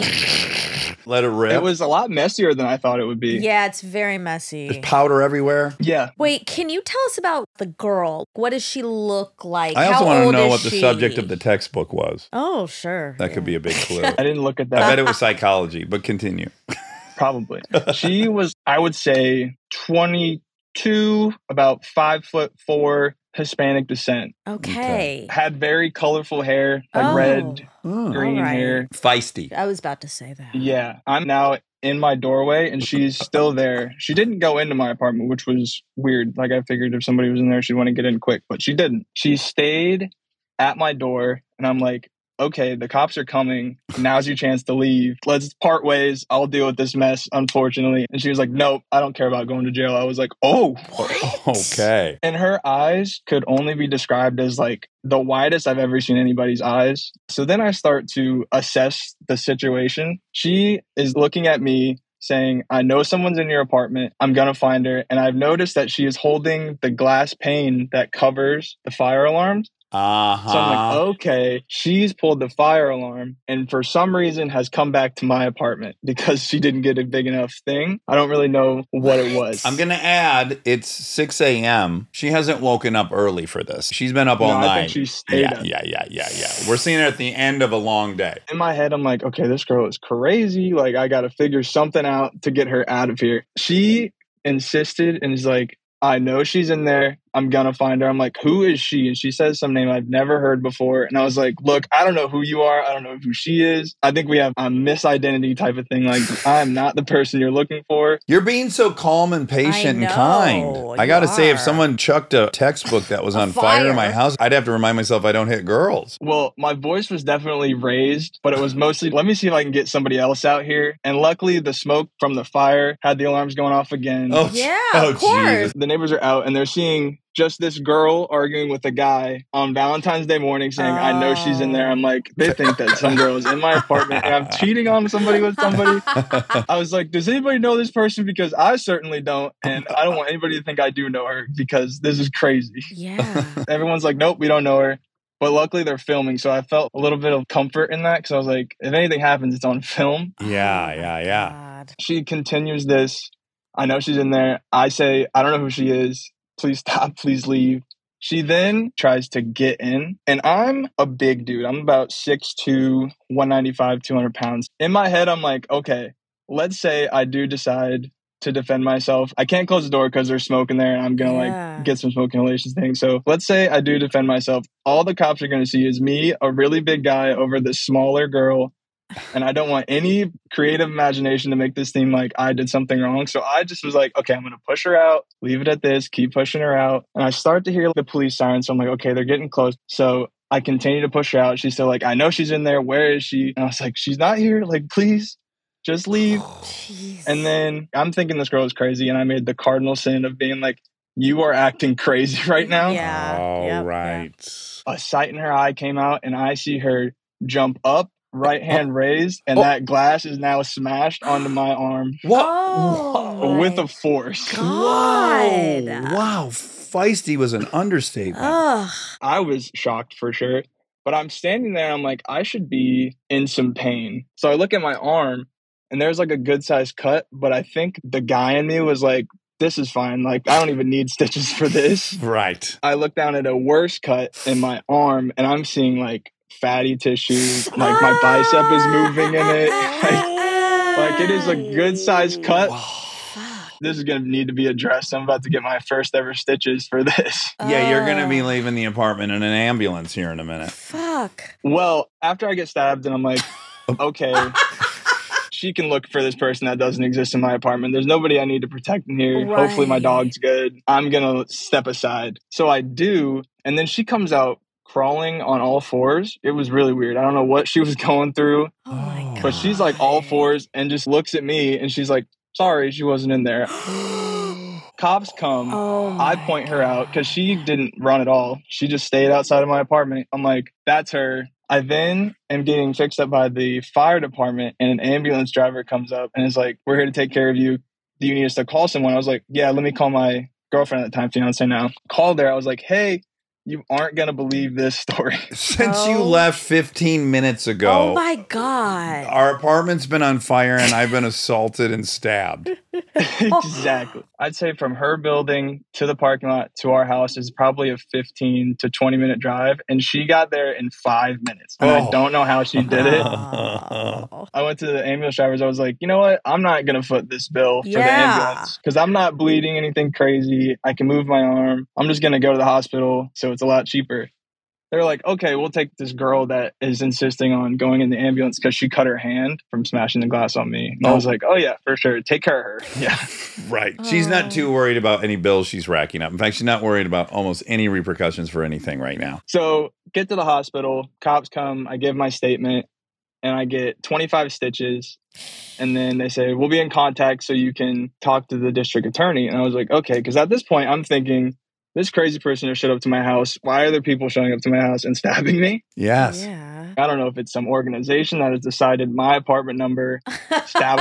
[SPEAKER 1] Right. Let it rip.
[SPEAKER 5] It was a lot messier than I thought it would be.
[SPEAKER 2] Yeah, it's very messy.
[SPEAKER 1] There's powder everywhere.
[SPEAKER 5] Yeah.
[SPEAKER 2] Wait, can you tell us about the girl? What does she look like?
[SPEAKER 1] I also
[SPEAKER 2] How
[SPEAKER 1] want to
[SPEAKER 2] old
[SPEAKER 1] know
[SPEAKER 2] is
[SPEAKER 1] what the
[SPEAKER 2] she?
[SPEAKER 1] subject of the textbook was.
[SPEAKER 2] Oh, sure.
[SPEAKER 1] That could be a big clue. I
[SPEAKER 5] [LAUGHS] I didn't look at that.
[SPEAKER 1] bet it was psychology, but continue.
[SPEAKER 5] [LAUGHS] probably. she was, I would say, 22, about five foot four, Hispanic descent.
[SPEAKER 2] Okay.
[SPEAKER 5] Had very colorful hair, like
[SPEAKER 2] Oh.
[SPEAKER 5] red,
[SPEAKER 1] Oh.
[SPEAKER 5] green
[SPEAKER 2] Alright.
[SPEAKER 5] hair.
[SPEAKER 1] [LAUGHS] Feisty.
[SPEAKER 2] I was about to say that.
[SPEAKER 5] Yeah. I'm now in my doorway and she's still there. She didn't go into my apartment, which was weird. Like I figured if somebody was in there, she'd want to get in quick, but she didn't. She stayed at my door and I'm like, okay, the cops are coming. Now's your chance to leave. Let's part ways. I'll deal with this mess, unfortunately. And she was like, nope, I don't care about going to jail. I was like, oh.
[SPEAKER 1] Okay.
[SPEAKER 5] And her eyes could only be described as like the widest I've ever seen anybody's eyes. So then I start to assess the situation. She is looking at me saying, I know someone's in your apartment. I'm going to find her. And I've noticed that she is holding the glass pane that covers the fire alarms.
[SPEAKER 3] Uh-huh.
[SPEAKER 5] So I'm like, "Oh." okay, she's pulled the fire alarm and for some reason has come back to my apartment [LAUGHS] because she didn't get a big enough thing. I don't really know what it was.
[SPEAKER 3] I'm gonna add it's 6 a.m. She hasn't woken up early for this. She's been up
[SPEAKER 5] No,
[SPEAKER 3] all
[SPEAKER 5] I think
[SPEAKER 3] night.
[SPEAKER 5] she stayed
[SPEAKER 3] yeah,
[SPEAKER 5] up.
[SPEAKER 3] yeah, yeah, yeah, yeah. We're seeing her at the end of a long day.
[SPEAKER 5] in my head, I'm like, okay, this girl is crazy. Like, I got to figure something out to get her out of here. She insisted and is like, I know she's in there. I'm going to find her. I'm like, who is she? And she says some name I've never heard before. And I was like, look, I don't know who you are. I don't know who she is. I think we have a misidentity type of thing. Like, I'm not the person you're looking for.
[SPEAKER 3] You're being so calm and patient and
[SPEAKER 2] know,
[SPEAKER 3] kind. I
[SPEAKER 2] you
[SPEAKER 3] gotta say, if
[SPEAKER 2] are.
[SPEAKER 3] someone chucked a textbook that was
[SPEAKER 2] A
[SPEAKER 3] on fire. in my
[SPEAKER 2] fire.
[SPEAKER 3] house, I'd have to remind myself I don't hit girls.
[SPEAKER 5] Well, my voice was definitely raised, but it was mostly, let me see if I can get somebody else out here. And luckily, the smoke from the fire had the alarms going off again.
[SPEAKER 3] Oh,
[SPEAKER 2] Yeah,
[SPEAKER 3] oh,
[SPEAKER 2] of course.
[SPEAKER 5] the neighbors are out and they're seeing just this girl arguing with a guy on Valentine's Day morning saying, I know she's in there. I'm like, they think that some girl is in my apartment and I'm cheating on somebody with somebody.
[SPEAKER 3] oh,
[SPEAKER 2] [LAUGHS]
[SPEAKER 5] I was like, does anybody know this person? Because I certainly don't. And I don't want anybody to think I do know her because this is crazy.
[SPEAKER 1] [LAUGHS]
[SPEAKER 2] Yeah.
[SPEAKER 5] Everyone's like, nope, we don't know her. But luckily they're filming. So I felt a little bit of comfort in that because I was like, if anything happens, it's on film
[SPEAKER 3] Yeah, yeah, yeah.
[SPEAKER 2] God.
[SPEAKER 5] she continues this. I know she's in there. I say, I don't know who she is. Please [LAUGHS] stop. Please leave. She then tries to get in. And I'm a big dude. I'm about 6'2, 195, 200 pounds. In my head, I'm like, okay, let's say I do decide to defend myself. I can't close the door because there's smoke in there and I'm going to
[SPEAKER 2] Yeah.
[SPEAKER 5] like get some smoke inhalations thing. So let's say I do defend myself. All the cops are going to see is me, a really big guy, over this smaller girl and I don't want any creative imagination to make this seem like I did something wrong. So I just was like, okay, I'm going to push her out, leave it at this, keep pushing her out. And I start to hear the police sirens. So I'm like, okay, they're getting close. So I continue to push her out. She's still like, I know she's in there. Where is she? And I was like, she's not here. Like, please
[SPEAKER 2] [SIGHS]
[SPEAKER 5] just leave.
[SPEAKER 2] Jeez.
[SPEAKER 5] And then I'm thinking this girl is crazy. And I made the cardinal sin of being like, you are acting crazy [LAUGHS] right now
[SPEAKER 2] Yeah.
[SPEAKER 1] All
[SPEAKER 2] yep,
[SPEAKER 1] right.
[SPEAKER 5] a sight in her eye came out and I see her jump up, right hand raised, and
[SPEAKER 3] Oh.
[SPEAKER 5] that glass is now smashed onto my arm
[SPEAKER 3] What?
[SPEAKER 2] Oh,
[SPEAKER 5] with
[SPEAKER 2] my
[SPEAKER 5] a force.
[SPEAKER 2] God.
[SPEAKER 3] Whoa! Wow, feisty was an understatement.
[SPEAKER 2] Ugh.
[SPEAKER 5] I was shocked for sure. But I'm standing there and I'm like, I should be in some pain. So I look at my arm and there's like a good sized cut, but I think the guy in me was like, this is fine. Like, I don't even need [LAUGHS] stitches for this.
[SPEAKER 1] Right.
[SPEAKER 5] I look down at a worse cut in my arm and I'm seeing like fatty tissue, like my bicep is moving in it. [LAUGHS] Like, like, it is a good sized cut.
[SPEAKER 2] Oh, Fuck.
[SPEAKER 5] This is going to need to be addressed. I'm about to get my first ever stitches for this.
[SPEAKER 3] Yeah, you're gonna be
[SPEAKER 2] Oh,
[SPEAKER 3] leaving the apartment in an ambulance here in a minute.
[SPEAKER 2] Fuck.
[SPEAKER 5] Well, after I get stabbed and I'm like, okay, she can look for this person that doesn't exist in my apartment. There's nobody I need to protect in here. Hopefully my
[SPEAKER 2] Right.
[SPEAKER 5] dog's good. I'm going to step aside. So I do. And then she comes out crawling on all fours. It was really weird. I don't know what she was [LAUGHS] going through.
[SPEAKER 2] Oh my god.
[SPEAKER 5] But she's like
[SPEAKER 2] [GASPS]
[SPEAKER 5] all fours and just looks at me and she's like, sorry, she wasn't in there. Cops come.
[SPEAKER 2] Oh
[SPEAKER 5] I
[SPEAKER 2] my
[SPEAKER 5] point her out because she didn't run at all. She just stayed outside of my apartment. I'm like, that's her. I then am getting fixed up by the fire department and an ambulance driver comes up and is like, we're here to take care of you. Do you need us to call someone? I was like, yeah, let me call my girlfriend at the time, fiance now. Called her. I was like, hey, you aren't going to believe
[SPEAKER 2] [LAUGHS]
[SPEAKER 5] this [LAUGHS] story.
[SPEAKER 3] Since you
[SPEAKER 2] Oh.
[SPEAKER 3] left 15 minutes ago,
[SPEAKER 2] Oh my god.
[SPEAKER 3] our apartment's been on fire and I've been assaulted and stabbed.
[SPEAKER 2] Oh.
[SPEAKER 5] exactly. I'd say from her building to the parking lot to our house is probably a 15 to 20 minute drive. And she got there in five minutes. And
[SPEAKER 3] Oh.
[SPEAKER 5] I don't know how she did it.
[SPEAKER 2] Oh.
[SPEAKER 5] I went to the ambulance drivers. I was like, you know what? I'm not going to foot this bill for the
[SPEAKER 2] Yeah.
[SPEAKER 5] ambulance because I'm not bleeding anything crazy. I can move my arm. I'm just going to go to the hospital. So it's a lot cheaper. They're like, okay, we'll take this girl that is insisting on going in the ambulance because she cut her hand from smashing the glass on me. And I was like, oh, yeah, for sure. Take care of her. [LAUGHS] Yeah.
[SPEAKER 3] Right. She's
[SPEAKER 2] Oh.
[SPEAKER 3] not too worried about any bills she's racking up. In fact, she's not worried about almost any repercussions for anything right now.
[SPEAKER 5] So get to the hospital. Cops come. I give my statement, and I get 25 stitches. And then they say we'll be in contact so you can talk to the district attorney. And I was like, okay, because at this point I'm thinking this crazy person who showed up to my house. Why are there people showing up to my house and [LAUGHS] stabbing me?
[SPEAKER 3] Yes.
[SPEAKER 2] Yeah.
[SPEAKER 5] I don't know if it's some organization that has decided my apartment number, stab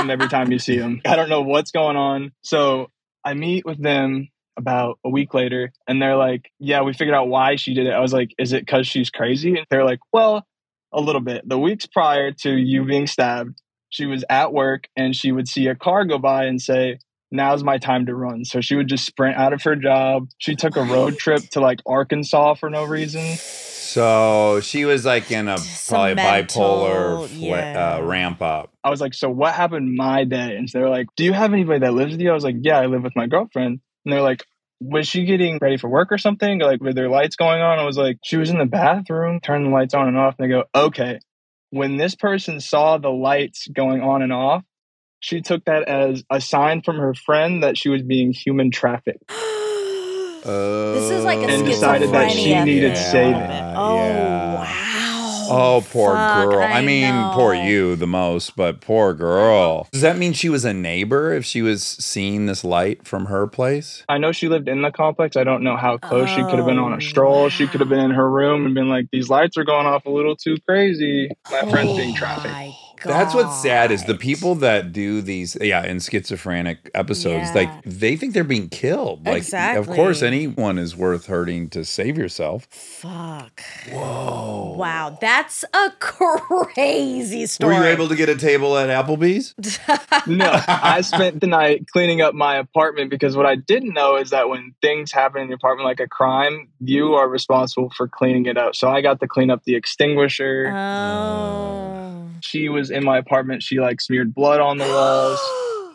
[SPEAKER 2] [GASPS]
[SPEAKER 5] him every time you see him. I don't know what's going on. So I meet with them about a week later and they're like, Yeah, we figured out why she did it. I was like, Is it because she's crazy? And they're like, Well, a little bit. The weeks prior to you being stabbed, she was at work and she would see a car go by and say, Now's my time to run. So she would just sprint out of her job. She took a road trip to like Arkansas for no reason.
[SPEAKER 1] So she was like in a
[SPEAKER 2] Just
[SPEAKER 1] probably
[SPEAKER 2] some mental-
[SPEAKER 1] bipolar fla-
[SPEAKER 2] yeah.
[SPEAKER 1] uh, ramp up.
[SPEAKER 5] I was like, so what happened my day? And they were like, do you have anybody that lives with you? I was like, yeah, I live with my girlfriend. And they're like, was she getting ready for work or something? Like, were there lights going on? I was like, she was in the bathroom, turned the lights on and off. And they go, okay. When this person saw the lights going on and off, she took that as a sign from her friend that she was being human trafficked.
[SPEAKER 3] Uh,
[SPEAKER 1] This
[SPEAKER 2] is like
[SPEAKER 3] Oh.
[SPEAKER 2] a
[SPEAKER 5] And decided that she schizophrenia needed thing. saving.
[SPEAKER 2] Oh, wow.
[SPEAKER 1] Oh, poor
[SPEAKER 7] Fuck,
[SPEAKER 1] girl. I,
[SPEAKER 7] I
[SPEAKER 1] mean, poor
[SPEAKER 7] know.
[SPEAKER 1] you the most, but poor girl. Does that mean she was a neighbor if she was seeing this light from her place?
[SPEAKER 5] I know she lived in the complex. I don't know how close she could have been on a stroll. She could have been in her room and been like, these lights are going off a little too crazy. My friend's being trafficked.
[SPEAKER 2] Oh My God.
[SPEAKER 1] That's what's sad is the people that do these, yeah, in schizophrenic episodes,
[SPEAKER 7] Yeah.
[SPEAKER 1] like they think they're being killed. Like, of course,
[SPEAKER 2] Exactly.
[SPEAKER 1] anyone is worth hurting to save yourself.
[SPEAKER 2] Fuck.
[SPEAKER 7] Wow, that's
[SPEAKER 2] [LAUGHS]
[SPEAKER 7] a crazy story.
[SPEAKER 1] Were you able to get a table at Applebee's?
[SPEAKER 5] No, I spent the night cleaning up my apartment because what I didn't know is that when things happen in your apartment, like a crime, you are responsible for cleaning it up. So I got to clean up the extinguisher.
[SPEAKER 2] Uh. Oh.
[SPEAKER 5] she was in my apartment. She like smeared blood on
[SPEAKER 1] [GASPS]
[SPEAKER 5] the walls.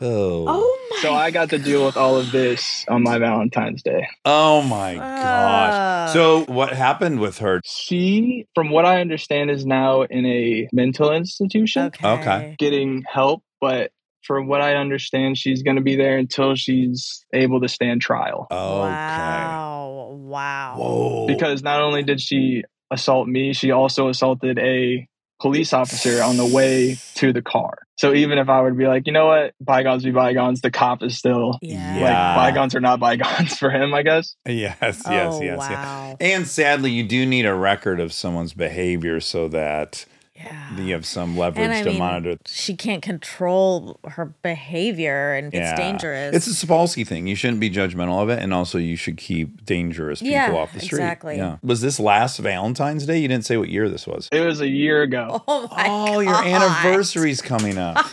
[SPEAKER 1] Oh.
[SPEAKER 2] Oh my.
[SPEAKER 5] so I got to deal with all of this on my Valentine's Day.
[SPEAKER 1] Oh my gosh.
[SPEAKER 2] Fuck.
[SPEAKER 1] So what happened with her?
[SPEAKER 5] She, from what I understand, is now in a mental institution
[SPEAKER 2] Okay.
[SPEAKER 1] Okay.
[SPEAKER 5] getting help, but. From what I understand, she's going to be there until she's able to stand trial.
[SPEAKER 1] Okay.
[SPEAKER 2] Wow. Wow.
[SPEAKER 1] Whoa.
[SPEAKER 5] because not only did she assault me, she also assaulted a police officer on the way to the car. So even if I would be like, you know what, bygones be bygones, the cop is still
[SPEAKER 2] Yeah.
[SPEAKER 1] Yeah.
[SPEAKER 5] like bygones are not bygones [LAUGHS] for him, I guess.
[SPEAKER 1] yes, yes,
[SPEAKER 2] Oh,
[SPEAKER 1] yes, yes.
[SPEAKER 2] wow.
[SPEAKER 1] And sadly, you do need a record of someone's behavior so that
[SPEAKER 2] Yeah.
[SPEAKER 1] you have some leverage
[SPEAKER 2] I
[SPEAKER 1] to
[SPEAKER 2] mean,
[SPEAKER 1] monitor.
[SPEAKER 2] She can't control her behavior and
[SPEAKER 1] Yeah.
[SPEAKER 2] it's dangerous.
[SPEAKER 1] It's a Sapolsky thing. You shouldn't be judgmental of it, and also you should keep dangerous people
[SPEAKER 2] Yeah,
[SPEAKER 1] off the street.
[SPEAKER 2] exactly.
[SPEAKER 1] Yeah. Was this last Valentine's Day? You didn't say what year this was.
[SPEAKER 5] It was a year ago.
[SPEAKER 2] [LAUGHS] [LAUGHS] oh my
[SPEAKER 1] oh, your
[SPEAKER 2] God. [LAUGHS]
[SPEAKER 1] [LAUGHS] anniversary's coming up.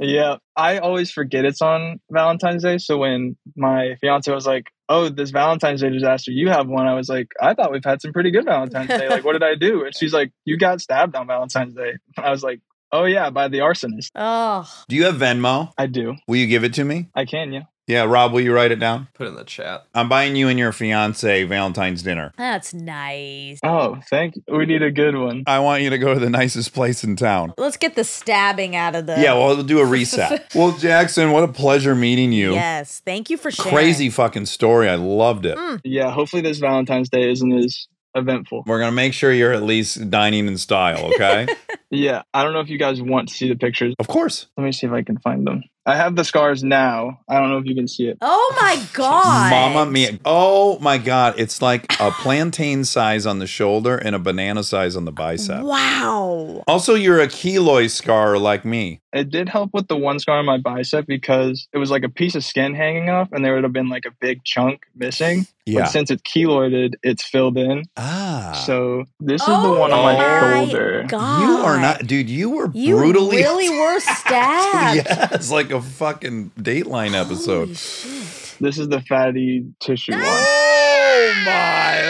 [SPEAKER 5] Yeah. I always forget it's on Valentine's Day. So when my fiance was like, Oh, this Valentine's Day disaster, you have one. I was like, I thought we've had some pretty good Valentine's Day. Like, what did I do? And she's like, You got stabbed on Valentine's Day. [LAUGHS] I was like, Oh, yeah, by the arsonist.
[SPEAKER 2] Oh.
[SPEAKER 1] do you have Venmo?
[SPEAKER 5] I do.
[SPEAKER 1] Will you give it to me?
[SPEAKER 5] I can, yeah.
[SPEAKER 1] Yeah, Rob, will you write it down?
[SPEAKER 8] Put it in the chat.
[SPEAKER 1] I'm buying you and your fiance Valentine's dinner.
[SPEAKER 2] That's nice.
[SPEAKER 5] Oh, thank We need a good one.
[SPEAKER 1] I want you to go to the nicest place in town.
[SPEAKER 2] Let's get the stabbing out of the
[SPEAKER 1] [LAUGHS] Yeah, well, we'll do a reset. [LAUGHS] well, Jackson, what a pleasure meeting you.
[SPEAKER 2] Yes. Thank you for sharing.
[SPEAKER 1] Crazy fucking story. I loved it.
[SPEAKER 5] Yeah, hopefully this Valentine's Day isn't as eventful.
[SPEAKER 1] We're going to make sure you're at least dining in style, [LAUGHS] okay?
[SPEAKER 5] Yeah, I don't know if you guys want to see the pictures.
[SPEAKER 1] of course.
[SPEAKER 5] Let me see if I can find them. I have the scars now. I don't know if you can see it.
[SPEAKER 2] Oh
[SPEAKER 1] [LAUGHS]
[SPEAKER 2] my god.
[SPEAKER 1] Mama mia. Oh my God. It's like a plantain size on the shoulder and a banana size on the bicep.
[SPEAKER 2] Wow.
[SPEAKER 1] Also, you're a keloid scar like me.
[SPEAKER 5] It did help with the one scar on my bicep because it was like a piece of skin hanging off and there would have been like a big chunk missing. But
[SPEAKER 1] Yeah.
[SPEAKER 5] since it's keloided, it's filled in.
[SPEAKER 1] Ah.
[SPEAKER 5] So this is the one on my,
[SPEAKER 2] Oh my
[SPEAKER 5] shoulder.
[SPEAKER 2] God.
[SPEAKER 1] you are not, dude, you were
[SPEAKER 2] You
[SPEAKER 1] brutally.
[SPEAKER 2] really
[SPEAKER 1] [LAUGHS]
[SPEAKER 2] were stabbed.
[SPEAKER 1] yeah, it's like a fucking Dateline episode.
[SPEAKER 2] Holy shit.
[SPEAKER 5] This is the fatty tissue one.
[SPEAKER 1] Oh my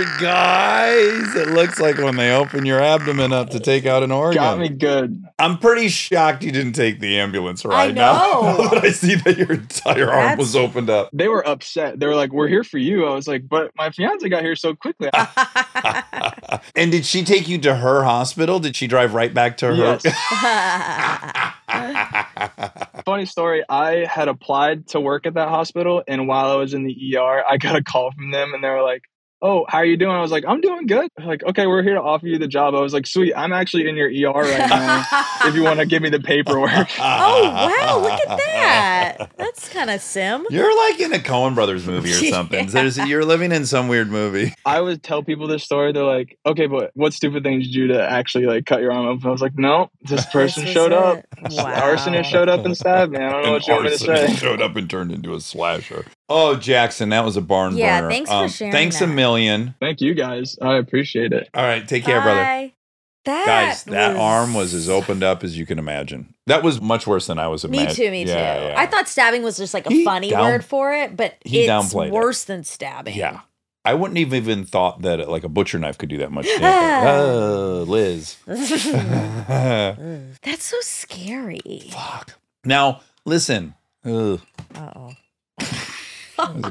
[SPEAKER 1] lord, guys! It looks like when they open your abdomen up to take out an
[SPEAKER 5] Got me
[SPEAKER 1] organ.
[SPEAKER 5] good.
[SPEAKER 1] I'm pretty shocked you didn't take the ambulance right now.
[SPEAKER 2] know.
[SPEAKER 1] [LAUGHS] now that I see that your entire arm
[SPEAKER 2] That's-
[SPEAKER 1] was opened up.
[SPEAKER 5] They were upset. They were like, We're here for you. I was like, But my fiance got here
[SPEAKER 2] [LAUGHS]
[SPEAKER 5] so quickly.
[SPEAKER 2] Uh-huh.
[SPEAKER 1] and did she take you to her hospital? Did she drive right back to her? [LAUGHS]
[SPEAKER 5] Yes. [LAUGHS] Funny story. I had E applied to work at that hospital, and while I was in the ER, I got a call from them, and they were like, "Oh, how are you doing?" I was like, "I'm doing good." Like, "Okay, we're here to offer you the job." I was like, "Sweet, I'm actually in your ER
[SPEAKER 2] [LAUGHS]
[SPEAKER 5] right now. if you want to give me the paperwork."
[SPEAKER 2] [LAUGHS]
[SPEAKER 5] [LAUGHS]
[SPEAKER 2] Oh wow, look at that. That's kind of sim.
[SPEAKER 3] You're like in a Coen Brothers movie or
[SPEAKER 2] [LAUGHS] Yeah.
[SPEAKER 3] something. There's, you're living in some weird movie.
[SPEAKER 5] I would tell people this story. They're like, "Okay, but what stupid thing did you do to actually like cut your arm off?" And I was like, "No,
[SPEAKER 2] [LAUGHS]
[SPEAKER 5] this
[SPEAKER 2] This
[SPEAKER 5] person
[SPEAKER 2] was
[SPEAKER 5] showed
[SPEAKER 2] it.
[SPEAKER 5] up.
[SPEAKER 2] Wow.
[SPEAKER 5] The arsonist showed up and stabbed me. I don't know what you want me to
[SPEAKER 3] arsonist
[SPEAKER 5] say."
[SPEAKER 3] [LAUGHS] showed up and turned into a slasher. Oh, Jackson, that was a barn
[SPEAKER 2] Yeah,
[SPEAKER 3] burner. Um,
[SPEAKER 2] thanks for sharing
[SPEAKER 3] Thanks a
[SPEAKER 2] that.
[SPEAKER 3] million.
[SPEAKER 5] Thank you guys. I appreciate it.
[SPEAKER 3] All right, take care, brother.
[SPEAKER 2] Bye. That
[SPEAKER 3] Guys, that arm was as opened up as you can imagine. That was much worse than I was
[SPEAKER 2] Me
[SPEAKER 3] imagining.
[SPEAKER 2] too, me
[SPEAKER 3] Yeah,
[SPEAKER 2] too.
[SPEAKER 3] yeah.
[SPEAKER 2] I thought stabbing was just like a
[SPEAKER 3] He
[SPEAKER 2] funny
[SPEAKER 3] down-
[SPEAKER 2] word for it, but
[SPEAKER 3] he
[SPEAKER 2] it's
[SPEAKER 3] downplayed it.
[SPEAKER 2] worse than stabbing. [LAUGHS]
[SPEAKER 3] Yeah. I wouldn't have even thought that like a butcher knife could do that
[SPEAKER 2] [LAUGHS]
[SPEAKER 3] much damage.
[SPEAKER 2] Ah.
[SPEAKER 3] oh,
[SPEAKER 2] [LAUGHS]
[SPEAKER 3] Liz.
[SPEAKER 2] That's so scary.
[SPEAKER 3] Fuck. Now, listen. Ugh. [LAUGHS]
[SPEAKER 2] Uh-oh.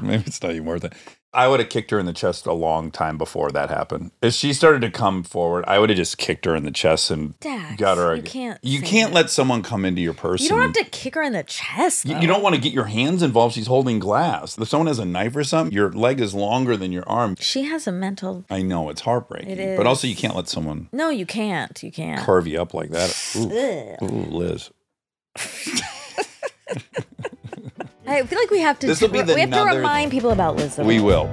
[SPEAKER 3] Maybe it's not even worth it. I would have kicked her in the chest a long time before that happened. If she started to come forward, I would have just kicked her in the chest and
[SPEAKER 2] Dax,
[SPEAKER 3] got her.
[SPEAKER 2] you
[SPEAKER 3] ag-
[SPEAKER 2] can't
[SPEAKER 3] You
[SPEAKER 2] say
[SPEAKER 3] can't
[SPEAKER 2] that.
[SPEAKER 3] let someone come into your person.
[SPEAKER 2] You don't have to kick her in the chest.
[SPEAKER 3] You,
[SPEAKER 2] though.
[SPEAKER 3] you don't want to get your hands involved. She's holding glass. If someone has a knife or something, your leg is longer than your arm.
[SPEAKER 2] She has a mental.
[SPEAKER 3] I know it's heartbreaking,
[SPEAKER 2] It
[SPEAKER 3] but also
[SPEAKER 2] is.
[SPEAKER 3] you can't let someone
[SPEAKER 2] No, you can't. You can't.
[SPEAKER 3] carve you up like that. Ooh,
[SPEAKER 2] Ugh.
[SPEAKER 3] ooh Liz.
[SPEAKER 2] I feel like we have to.
[SPEAKER 3] This'll be the
[SPEAKER 2] we have to
[SPEAKER 3] another-
[SPEAKER 2] remind people about Liz. though.
[SPEAKER 3] We will.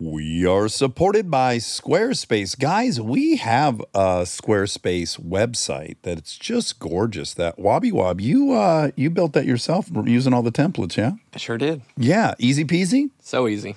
[SPEAKER 1] We are supported by Squarespace. Guys, we have a Squarespace website that's just gorgeous. That Wobby Wob, you uh you built that yourself using all the templates, yeah?
[SPEAKER 9] I sure did.
[SPEAKER 1] Yeah, easy peasy.
[SPEAKER 9] So easy.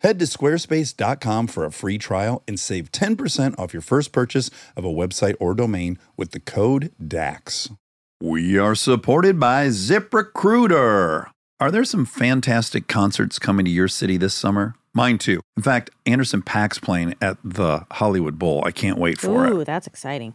[SPEAKER 1] Head to squarespace.com for a free trial and save 10% off your first purchase of a website or domain with the code DAX. We are supported by ZipRecruiter. Are there some fantastic concerts coming to your city this summer? Mine too. In fact, Anderson Pack's playing at the Hollywood Bowl. I can't wait for it.
[SPEAKER 10] Ooh, that's exciting.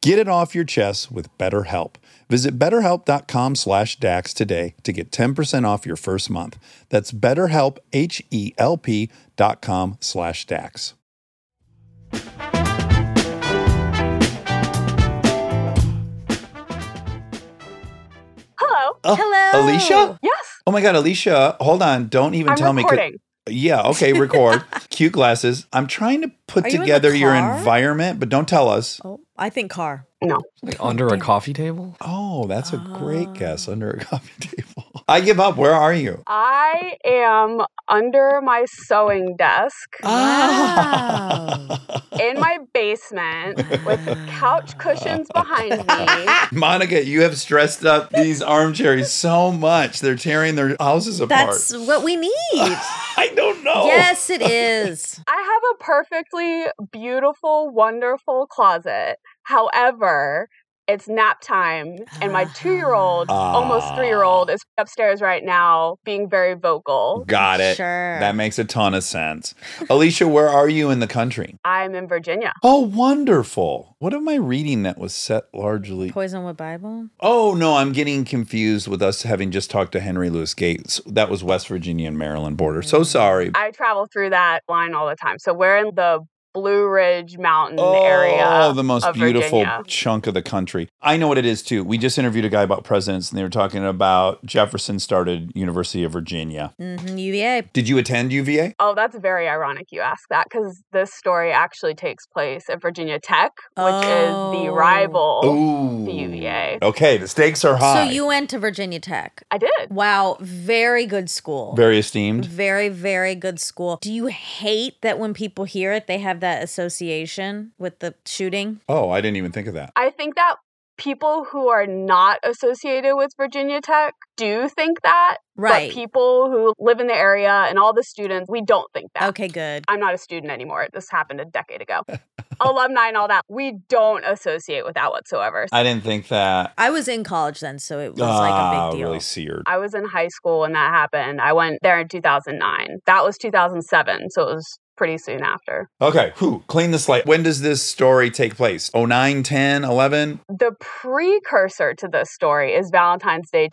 [SPEAKER 1] Get it off your chest with BetterHelp. Visit betterhelp.com slash DAX today to get 10% off your first month. That's betterhelp, H-E-L-P dot com slash DAX.
[SPEAKER 10] Uh,
[SPEAKER 1] Oh,
[SPEAKER 2] Hello.
[SPEAKER 1] Alicia?
[SPEAKER 9] Yes,
[SPEAKER 1] Oh my God, Alicia, hold on. Don't even
[SPEAKER 9] I'm
[SPEAKER 1] tell me.
[SPEAKER 9] recording.
[SPEAKER 1] 'cause- Yeah,
[SPEAKER 10] [LAUGHS]
[SPEAKER 1] okay, record. Cute glasses. I'm trying to put
[SPEAKER 10] Are you in the
[SPEAKER 1] together your
[SPEAKER 10] car?
[SPEAKER 1] environment, but don't tell us.
[SPEAKER 10] Oh, I think car.
[SPEAKER 11] Like under a coffee table?
[SPEAKER 1] Oh, that's a great
[SPEAKER 10] Oh.
[SPEAKER 1] guess under a coffee table. I give up. Where are you?
[SPEAKER 9] I am under my sewing desk
[SPEAKER 1] Oh. Ah. [LAUGHS]
[SPEAKER 10] Wow.
[SPEAKER 9] in my basement with couch
[SPEAKER 1] [LAUGHS]
[SPEAKER 9] cushions behind me.
[SPEAKER 1] Monica, you have stressed up these armchairs so much. They're tearing their houses apart.
[SPEAKER 10] That's what we need.
[SPEAKER 1] [LAUGHS] I don't know.
[SPEAKER 10] Yes, it is.
[SPEAKER 9] I have a perfectly beautiful, wonderful closet. However, it's nap time, and my two year old,
[SPEAKER 1] Ah.
[SPEAKER 9] almost three year old, is upstairs right now being very vocal.
[SPEAKER 1] [LAUGHS] Got it.
[SPEAKER 10] Sure.
[SPEAKER 1] That makes a ton of sense. Alicia, where are you in the country?
[SPEAKER 9] I'm in Virginia.
[SPEAKER 1] Oh, wonderful. What am I reading that was set largely?
[SPEAKER 10] Poison with Bible.
[SPEAKER 1] Oh, no, I'm getting confused with us having just talked to Henry Louis Gates. That was West Virginia and Maryland border.
[SPEAKER 10] Mm.
[SPEAKER 1] So sorry.
[SPEAKER 9] I travel through that line all the time. So we're in the Blue Ridge Mountain area.
[SPEAKER 1] Oh, the most
[SPEAKER 9] of
[SPEAKER 1] beautiful
[SPEAKER 9] Virginia.
[SPEAKER 1] chunk of the country. I know what it is too. We just interviewed a guy about presidents and they were talking about Jefferson started University of Virginia.
[SPEAKER 10] hmm UVA.
[SPEAKER 1] Did you attend UVA?
[SPEAKER 9] Oh, that's very ironic you ask that because this story actually takes place at Virginia Tech, which is the
[SPEAKER 10] Oh.
[SPEAKER 9] rival.
[SPEAKER 1] Ooh.
[SPEAKER 9] the UVA.
[SPEAKER 1] Okay, the stakes are high.
[SPEAKER 10] So you went to Virginia Tech.
[SPEAKER 9] I did.
[SPEAKER 10] Wow, very good school.
[SPEAKER 1] very esteemed.
[SPEAKER 10] Very, very good school. Do you hate that when people hear it, they have that association with the shooting?
[SPEAKER 1] Oh, I didn't even think of that.
[SPEAKER 9] I think that people who are not associated with Virginia Tech do think that,
[SPEAKER 10] Right.
[SPEAKER 9] but people who live in the area and all the students, we don't think that.
[SPEAKER 10] okay, good.
[SPEAKER 9] I'm not a student anymore. This happened a decade ago. Alumni and all that, we don't associate with that whatsoever.
[SPEAKER 1] I didn't think that.
[SPEAKER 10] I was in college then, so it was
[SPEAKER 1] Ah,
[SPEAKER 10] like a big deal.
[SPEAKER 9] [LAUGHS]
[SPEAKER 1] really seared.
[SPEAKER 9] I was in high school when that happened. I went there in 2009. That was 2007, so it was pretty soon after.
[SPEAKER 1] Okay, who? Clean the slate. When does this story take place? Oh, 09, 10, 11?
[SPEAKER 9] The precursor to this story is Valentine's Day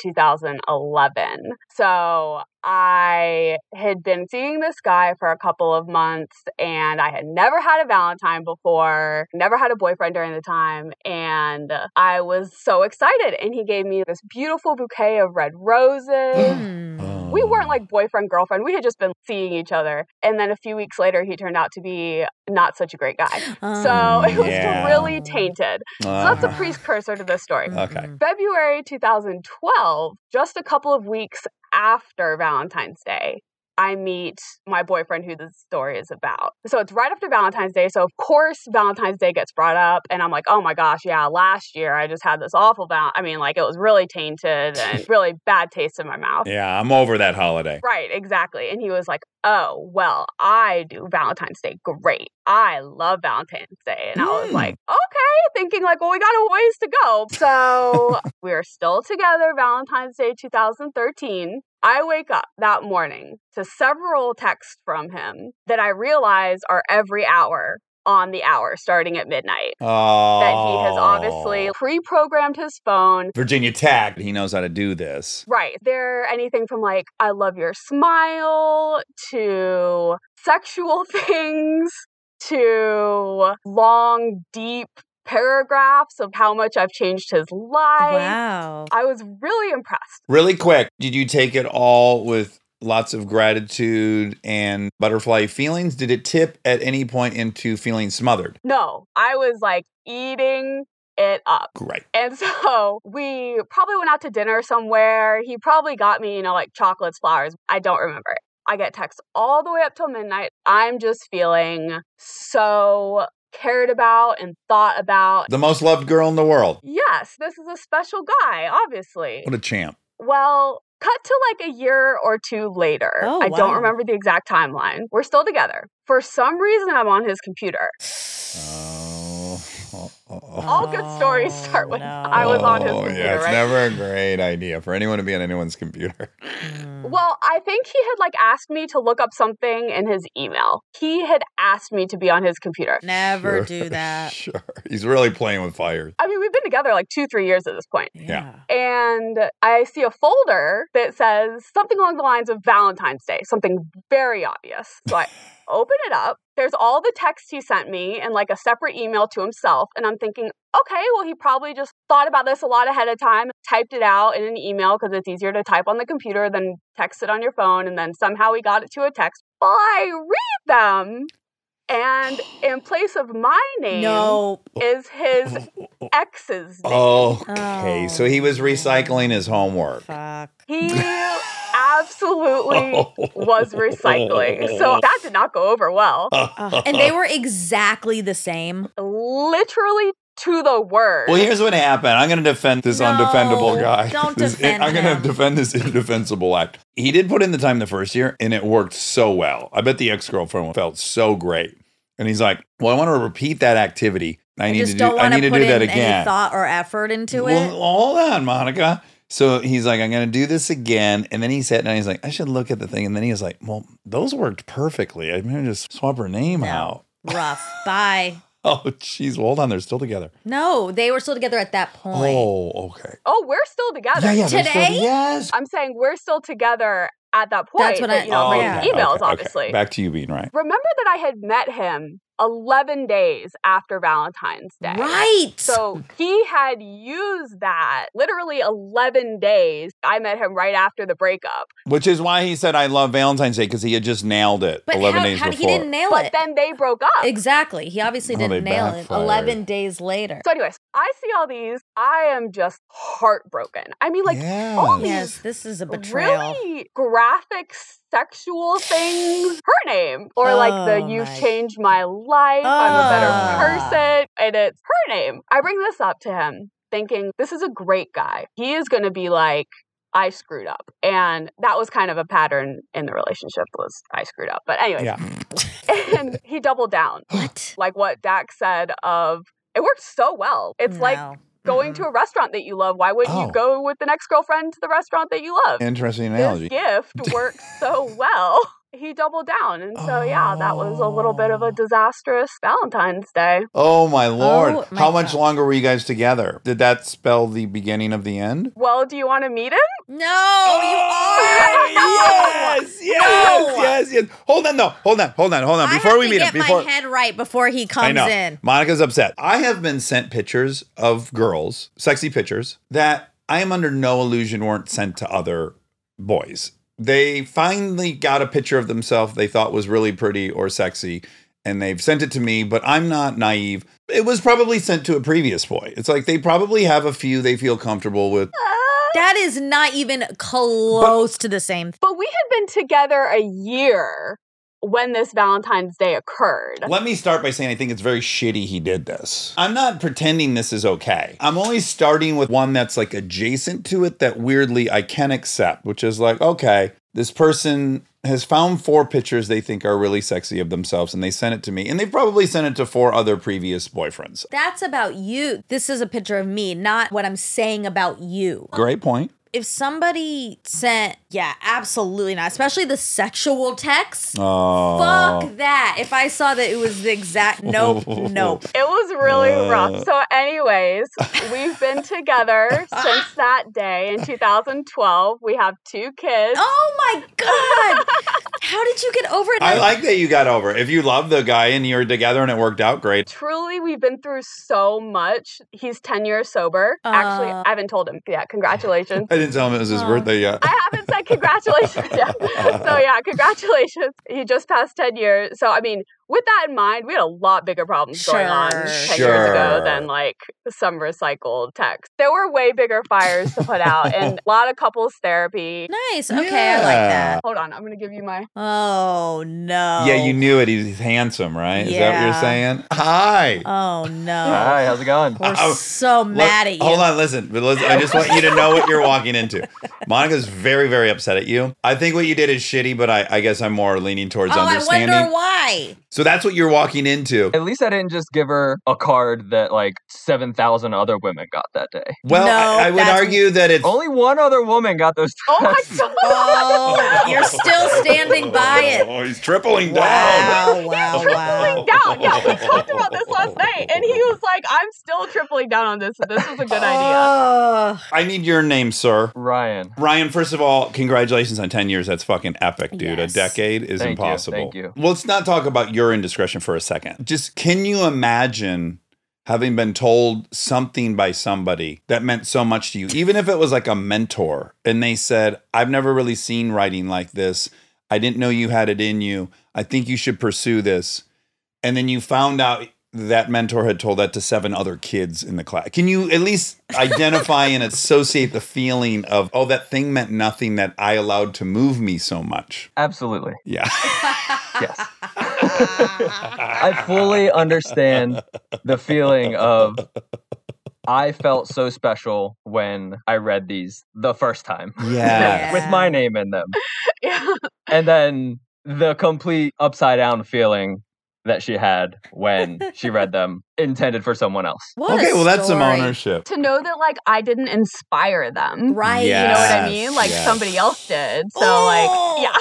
[SPEAKER 9] 2011. So I had been seeing this guy for a couple of months and I had never had a Valentine before, never had a boyfriend during the time. And I was so excited. And he gave me this beautiful bouquet of red roses.
[SPEAKER 2] Mm.
[SPEAKER 10] Hmm.
[SPEAKER 9] we weren't like boyfriend girlfriend we had just been seeing each other and then a few weeks later he turned out to be not such a great guy so
[SPEAKER 2] Mm.
[SPEAKER 9] it was
[SPEAKER 1] Yeah.
[SPEAKER 9] really tainted so that's a
[SPEAKER 1] Ah.
[SPEAKER 9] precursor to this story
[SPEAKER 2] Uh-huh.
[SPEAKER 1] Okay.
[SPEAKER 10] Mhm.
[SPEAKER 9] february 2012 just a couple of weeks after valentine's day I meet my boyfriend who this story is about. So it's right after Valentine's Day. So, of course, Valentine's Day gets brought up. And I'm like, oh my gosh, yeah, last year I just had this awful val. I mean, like, it was really tainted and really bad taste in my mouth.
[SPEAKER 1] Yeah, I'm over that holiday.
[SPEAKER 9] Right, exactly. And he was like, Oh, well, I do Valentine's Day great. I love Valentine's Day. And I was
[SPEAKER 1] Mm.
[SPEAKER 9] like, Okay, thinking like, Well, we got a ways to go. So we are still together Valentine's Day 2013. I wake up that morning to several texts from him that I realize are every hour on the hour starting at midnight.
[SPEAKER 1] Oh.
[SPEAKER 9] That he has obviously pre programmed his phone
[SPEAKER 1] Virginia Tech. He knows how to do this.
[SPEAKER 9] Right. They're anything from like, I love your smile to sexual [LAUGHS] things to long, deep paragraphs of how much I've changed his life.
[SPEAKER 10] Wow.
[SPEAKER 9] I was really impressed.
[SPEAKER 1] Really quick, did you take it all with lots of gratitude and butterfly feelings? Did it tip at any point into feeling smothered?
[SPEAKER 9] No, I was like eating it up.
[SPEAKER 1] Great.
[SPEAKER 9] And [LAUGHS] so we probably went out to dinner somewhere. He probably got me, you know, like chocolates, flowers. I don't remember it. I get texts all the way up till midnight. I'm just feeling so cared about and thought about.
[SPEAKER 1] The most loved girl in the world.
[SPEAKER 9] Yes, this is a special guy, obviously.
[SPEAKER 1] What a champ.
[SPEAKER 9] Well, cut to like a year or two later.
[SPEAKER 10] Oh,
[SPEAKER 9] I don't
[SPEAKER 10] wow.
[SPEAKER 9] remember the exact timeline. We're still together. For some reason, I'm on his computer.
[SPEAKER 1] Oh. oh, oh, oh.
[SPEAKER 9] All good stories start with, I was on his
[SPEAKER 1] Oh,
[SPEAKER 9] computer,
[SPEAKER 1] yeah, it's
[SPEAKER 9] right?
[SPEAKER 1] never a great idea for anyone to be on anyone's computer. [LAUGHS]
[SPEAKER 2] Mm.
[SPEAKER 10] Mm.
[SPEAKER 9] Well, I think he had like asked me to look up something in his email. He had asked me to be on his computer.
[SPEAKER 10] Never
[SPEAKER 1] Sure.
[SPEAKER 10] do
[SPEAKER 1] [LAUGHS]
[SPEAKER 10] that.
[SPEAKER 1] Sure. He's really playing with fire.
[SPEAKER 9] I mean, we've been together like two, three years at this point.
[SPEAKER 10] Yeah.
[SPEAKER 9] And I see a folder that says something along the lines of Valentine's Day, something very obvious. So I open it up. There's all the texts he sent me and like a separate email to himself. And I'm thinking, okay, well, he probably just thought about this a lot ahead of time, typed it out in an email because it's easier to type on the computer than text it on your phone. And then somehow we got it to a text. Well, I read them. And in place of my name
[SPEAKER 2] No.
[SPEAKER 9] is his ex's name.
[SPEAKER 1] Okay, so he was recycling his homework.
[SPEAKER 2] Fuck.
[SPEAKER 1] [LAUGHS]
[SPEAKER 9] He absolutely
[SPEAKER 1] Oh.
[SPEAKER 9] was recycling.
[SPEAKER 1] [LAUGHS]
[SPEAKER 9] So that did not go over well.
[SPEAKER 2] Ugh. and they were exactly the same.
[SPEAKER 9] Literally to the word.
[SPEAKER 1] Well, here's what happened. I'm going to defend this
[SPEAKER 2] No,
[SPEAKER 1] undefendable guy. [LAUGHS]
[SPEAKER 2] don't
[SPEAKER 1] This-
[SPEAKER 2] defend
[SPEAKER 1] I'm going
[SPEAKER 2] him.
[SPEAKER 1] to defend this indefensible act. He did put in the time the first year, and it worked so well. I bet the ex girlfriend felt so great. And he's like, "Well, I want to repeat that activity. I,
[SPEAKER 2] I,
[SPEAKER 1] need
[SPEAKER 2] just
[SPEAKER 1] to
[SPEAKER 2] don't
[SPEAKER 1] do. I
[SPEAKER 2] want
[SPEAKER 1] need to
[SPEAKER 2] put
[SPEAKER 1] do
[SPEAKER 2] in
[SPEAKER 1] that
[SPEAKER 2] any
[SPEAKER 1] again."
[SPEAKER 2] thought or effort into
[SPEAKER 1] Well,
[SPEAKER 2] it.
[SPEAKER 1] hold on, Monica. So he's like, I'm going to do this again. And then he sat down. He's like, I should look at the thing. And then he was like, Well, those worked perfectly. I'm going to just swap her name
[SPEAKER 2] No.
[SPEAKER 1] out. [LAUGHS]
[SPEAKER 2] Rough. Bye.
[SPEAKER 1] Oh, jeez. Well, hold on. They're still together.
[SPEAKER 2] No, they were still together at that point.
[SPEAKER 1] Oh, okay.
[SPEAKER 9] oh, we're still together.
[SPEAKER 1] Yeah, yeah. they're still-
[SPEAKER 2] Today?
[SPEAKER 1] yes.
[SPEAKER 9] I'm saying we're still together at that point.
[SPEAKER 2] That's what
[SPEAKER 9] that,
[SPEAKER 2] I-
[SPEAKER 9] you know,
[SPEAKER 2] Oh,
[SPEAKER 9] like
[SPEAKER 2] yeah.
[SPEAKER 9] emails,
[SPEAKER 1] okay, okay.
[SPEAKER 9] obviously.
[SPEAKER 1] Back to you being right.
[SPEAKER 9] Remember that I had met him 11 days after Valentine's Day.
[SPEAKER 2] Right.
[SPEAKER 9] So he had used that literally 11 days. I met him right after the breakup.
[SPEAKER 1] Which is why he said, I love Valentine's Day because he had just nailed it
[SPEAKER 2] but
[SPEAKER 1] 11
[SPEAKER 2] how,
[SPEAKER 1] days
[SPEAKER 2] how did- he
[SPEAKER 1] before.
[SPEAKER 2] didn't nail
[SPEAKER 9] But
[SPEAKER 2] it?
[SPEAKER 9] then they broke up.
[SPEAKER 2] exactly. He obviously
[SPEAKER 1] No, they
[SPEAKER 2] didn't nail it.
[SPEAKER 1] backfired.
[SPEAKER 2] Eleven days later.
[SPEAKER 9] So, anyways, I see all these. I am just heartbroken. I mean, like,
[SPEAKER 1] Yeah.
[SPEAKER 9] all these
[SPEAKER 2] yes, this is a betrayal.
[SPEAKER 9] really graphic sexual things. Her name, or like the
[SPEAKER 2] Oh,
[SPEAKER 9] "You've
[SPEAKER 2] my-
[SPEAKER 9] changed my life," "I'm a
[SPEAKER 2] Ah.
[SPEAKER 9] better person," and it's her name. I bring this up to him, thinking this is a great guy. He is going to be like. I screwed up. And that was kind of a pattern in the relationship was I screwed up. But anyways,
[SPEAKER 1] Yeah.
[SPEAKER 9] [LAUGHS] and he doubled down.
[SPEAKER 2] What?
[SPEAKER 9] Like what Dak said of it worked so well. It's like
[SPEAKER 2] No.
[SPEAKER 9] going to a restaurant that you love. Why wouldn't
[SPEAKER 1] Mm-hmm. Oh.
[SPEAKER 9] you go with the next girlfriend to the restaurant that you love?
[SPEAKER 1] Interesting
[SPEAKER 9] This
[SPEAKER 1] analogy. [LAUGHS]
[SPEAKER 9] gift worked so well. [LAUGHS] He doubled down. And so, yeah, that was a little bit of a disastrous Valentine's Day.
[SPEAKER 1] Oh, my Lord.
[SPEAKER 2] my
[SPEAKER 1] How much
[SPEAKER 2] God.
[SPEAKER 1] longer were you guys together? Did that spell the beginning of the end?
[SPEAKER 9] Well, do you want to meet him?
[SPEAKER 2] No,
[SPEAKER 1] Oh,
[SPEAKER 2] you are.
[SPEAKER 1] yes, yes, yes, yes. Hold on, though. Hold on, hold on, hold on.
[SPEAKER 2] I
[SPEAKER 1] Before
[SPEAKER 2] have
[SPEAKER 1] we
[SPEAKER 2] to
[SPEAKER 1] meet
[SPEAKER 2] get
[SPEAKER 1] him, before
[SPEAKER 2] my head right before he
[SPEAKER 1] I
[SPEAKER 2] comes
[SPEAKER 1] know
[SPEAKER 2] in.
[SPEAKER 1] Monica's upset. I have been sent pictures of girls, sexy pictures that I am under no illusion weren't sent to other boys. They finally got a picture of themselves they thought was really pretty or sexy, and they've sent it to me. But I'm not naive. It was probably sent to a previous boy. It's like they probably have a few they feel comfortable with. Uh.
[SPEAKER 2] That is not even close to the same. thing.
[SPEAKER 9] But we had been together a year when this Valentine's Day occurred.
[SPEAKER 1] Let me start by saying I think it's very shitty he did this. I'm not pretending this is okay. I'm only starting with one that's like adjacent to it that weirdly I can accept, which is like, okay, this person has found four pictures they think are really sexy of themselves and they sent it to me and they've probably sent it to four other previous boyfriends.
[SPEAKER 2] That's about you. This is a picture of me, not what I'm saying about you.
[SPEAKER 1] Great point.
[SPEAKER 2] If somebody sent, yeah, absolutely not, especially the sexual texts.
[SPEAKER 1] Oh.
[SPEAKER 2] Fuck that. If I saw that it was the
[SPEAKER 1] [LAUGHS]
[SPEAKER 2] exact nope, nope.
[SPEAKER 9] It was really
[SPEAKER 1] Uh.
[SPEAKER 9] rough. So, anyways,
[SPEAKER 1] [LAUGHS]
[SPEAKER 9] we've been together since that day in 2012. We have two kids.
[SPEAKER 2] Oh my god. How did you get over it?
[SPEAKER 1] I like that you got over. it. If you love the guy and you're together and it worked out great.
[SPEAKER 9] Truly, we've been through so much. He's 10 years sober. Actually,
[SPEAKER 2] Uh.
[SPEAKER 9] I haven't told him. Yeah,
[SPEAKER 1] [LAUGHS]
[SPEAKER 9] congratulations.
[SPEAKER 1] I didn't tell him it was his birthday yet.
[SPEAKER 9] I haven't said congratulations yet. So, yeah, congratulations. He just passed 10 years. So, I mean, with that in mind, we had a lot bigger problems going on 10 years
[SPEAKER 1] Sure.
[SPEAKER 9] ago than like some recycled text. There were way bigger fires to put out and a lot of couples therapy.
[SPEAKER 2] Nice. Okay, I like that.
[SPEAKER 9] Hold on, I'm gonna give you my.
[SPEAKER 2] Oh no.
[SPEAKER 1] Yeah, you knew it. He's handsome, right? Is that what
[SPEAKER 2] Yeah.
[SPEAKER 1] you're saying? Hi.
[SPEAKER 2] Oh no.
[SPEAKER 5] Hi, how's it going?
[SPEAKER 2] We're
[SPEAKER 1] Oh,
[SPEAKER 2] so
[SPEAKER 1] Let-
[SPEAKER 2] mad at you.
[SPEAKER 1] Hold on, listen. But listen, I just want you to know what you're walking
[SPEAKER 2] [LAUGHS]
[SPEAKER 1] into. Monica's very, very upset at you. I think what you did is shitty, but I, I guess I'm more leaning towards
[SPEAKER 2] Oh, I
[SPEAKER 1] understanding.
[SPEAKER 2] wonder why.
[SPEAKER 1] so that's what you're walking into.
[SPEAKER 5] At least I didn't just give her a card that like 7,000 other women got that day.
[SPEAKER 1] Well,
[SPEAKER 2] No,
[SPEAKER 1] I, I would
[SPEAKER 2] that's-
[SPEAKER 1] argue that it's
[SPEAKER 5] Only one other woman got those.
[SPEAKER 9] Oh my
[SPEAKER 5] texts.
[SPEAKER 9] god!
[SPEAKER 2] [LAUGHS] Oh, you're still standing by it.
[SPEAKER 1] [LAUGHS] Oh, he's tripling down.
[SPEAKER 2] Wow, wow, wow.
[SPEAKER 9] [LAUGHS]
[SPEAKER 1] [LAUGHS]
[SPEAKER 9] Tripling down. Yeah, we talked about this last night, and he was like, "I'm still tripling down on this. This is a good idea."
[SPEAKER 2] Ugh.
[SPEAKER 1] I need your name, sir.
[SPEAKER 5] Ryan.
[SPEAKER 1] Ryan, first of all, congratulations on 10 years. That's fucking epic, dude.
[SPEAKER 2] Yes.
[SPEAKER 1] A decade is
[SPEAKER 5] Thank you,
[SPEAKER 1] impossible.
[SPEAKER 5] thank you.
[SPEAKER 1] Well, let's not talk about your indiscretion for a second. Just can you imagine having been told something by somebody that meant so much to you, even if it was like a mentor and they said, I've never really seen writing like this. I didn't know you had it in you. I think you should pursue this. And then you found out that mentor had told that to seven other kids in the class. Can you at least identify and associate the feeling of, oh, that thing meant nothing that I allowed to move me so much?
[SPEAKER 5] Absolutely.
[SPEAKER 1] Yeah.
[SPEAKER 5] Yes. I fully understand the feeling of I felt so special when I read these the first time
[SPEAKER 1] [LAUGHS] Yeah.
[SPEAKER 5] with my name in them.
[SPEAKER 9] [LAUGHS] yeah.
[SPEAKER 5] And then the complete upside down feeling that she had when she read them intended for someone else.
[SPEAKER 2] [LAUGHS] What
[SPEAKER 1] okay,
[SPEAKER 2] a
[SPEAKER 1] well, that's some
[SPEAKER 2] story.
[SPEAKER 1] ownership.
[SPEAKER 9] To know that like I didn't inspire them.
[SPEAKER 2] Right.
[SPEAKER 9] You know what I
[SPEAKER 1] Yes,
[SPEAKER 9] mean? Like
[SPEAKER 1] yes.
[SPEAKER 9] somebody else did. So
[SPEAKER 2] Oh.
[SPEAKER 9] like yeah.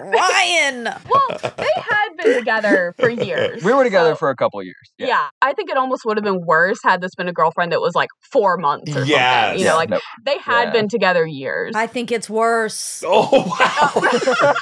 [SPEAKER 2] Ryan.
[SPEAKER 9] well, they had been together for years.
[SPEAKER 5] We were together
[SPEAKER 9] so-
[SPEAKER 5] for a couple years.
[SPEAKER 9] Yeah. I think it almost would have been worse had this been a girlfriend that was like four months or
[SPEAKER 1] Yes.
[SPEAKER 9] something. You
[SPEAKER 5] Yeah,
[SPEAKER 9] know, like
[SPEAKER 5] no.
[SPEAKER 9] they had
[SPEAKER 5] Yeah.
[SPEAKER 9] been together years.
[SPEAKER 2] I think it's worse.
[SPEAKER 1] Oh, wow.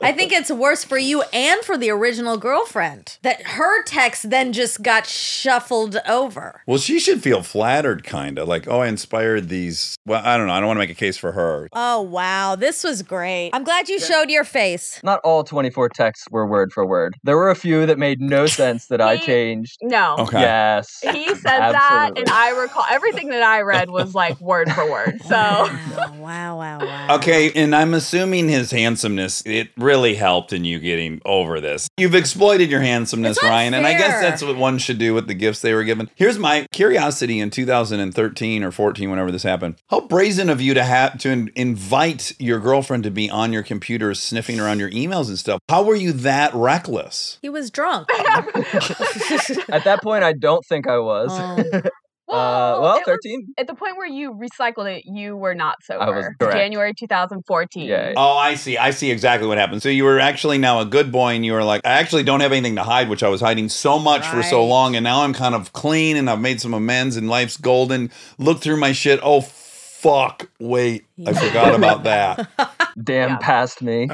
[SPEAKER 2] I think it's worse for you and for the original girlfriend that her text then just got shuffled over.
[SPEAKER 1] well, she should feel flattered, kind of like, oh, I inspired these. Well, I don't know. I don't want to make a case for her.
[SPEAKER 12] Oh wow, this was great.
[SPEAKER 2] I'm glad you showed your face.
[SPEAKER 5] Not all 24 texts were word for word. There were a few that made no sense that I
[SPEAKER 9] He-
[SPEAKER 5] changed.
[SPEAKER 9] no.
[SPEAKER 1] Okay.
[SPEAKER 5] Yes.
[SPEAKER 9] He said that
[SPEAKER 5] Absolutely.
[SPEAKER 9] and I recall everything that I read was like word for word.
[SPEAKER 2] [LAUGHS]
[SPEAKER 9] So
[SPEAKER 2] Wow, Oh, wow, wow, wow.
[SPEAKER 1] Okay, and I'm assuming his handsomeness it really helped in you getting over this. You've exploited your handsomeness,
[SPEAKER 2] It's
[SPEAKER 1] Ryan, and I guess
[SPEAKER 2] unfair.
[SPEAKER 1] that's what one should do with the gifts they were given. Here's my curiosity in 2013 or 14 whenever this happened. How brazen of you to have to in- invite your girlfriend to be on your computer sniffing around your emails and stuff. How were you that reckless?
[SPEAKER 2] He was drunk. [LAUGHS]
[SPEAKER 5] At that point, I don't think I was.
[SPEAKER 2] Oh, Um,
[SPEAKER 5] uh, well,
[SPEAKER 9] it was-
[SPEAKER 5] 13.
[SPEAKER 9] at the point where you recycled it, you were not sober.
[SPEAKER 5] was correct.
[SPEAKER 9] January 2014.
[SPEAKER 5] Yeah.
[SPEAKER 1] Oh, I see. I see exactly what happened. So you were actually now a good boy and you were like, I actually don't have anything to hide, which I was hiding so much for so
[SPEAKER 2] Right.
[SPEAKER 1] long. And now I'm kind of clean and I've made some amends and life's golden. Look through my shit. Oh, fuck. Wait, I forgot about
[SPEAKER 2] [LAUGHS]
[SPEAKER 1] that. [LAUGHS]
[SPEAKER 5] Damn
[SPEAKER 9] Yeah.
[SPEAKER 5] past me.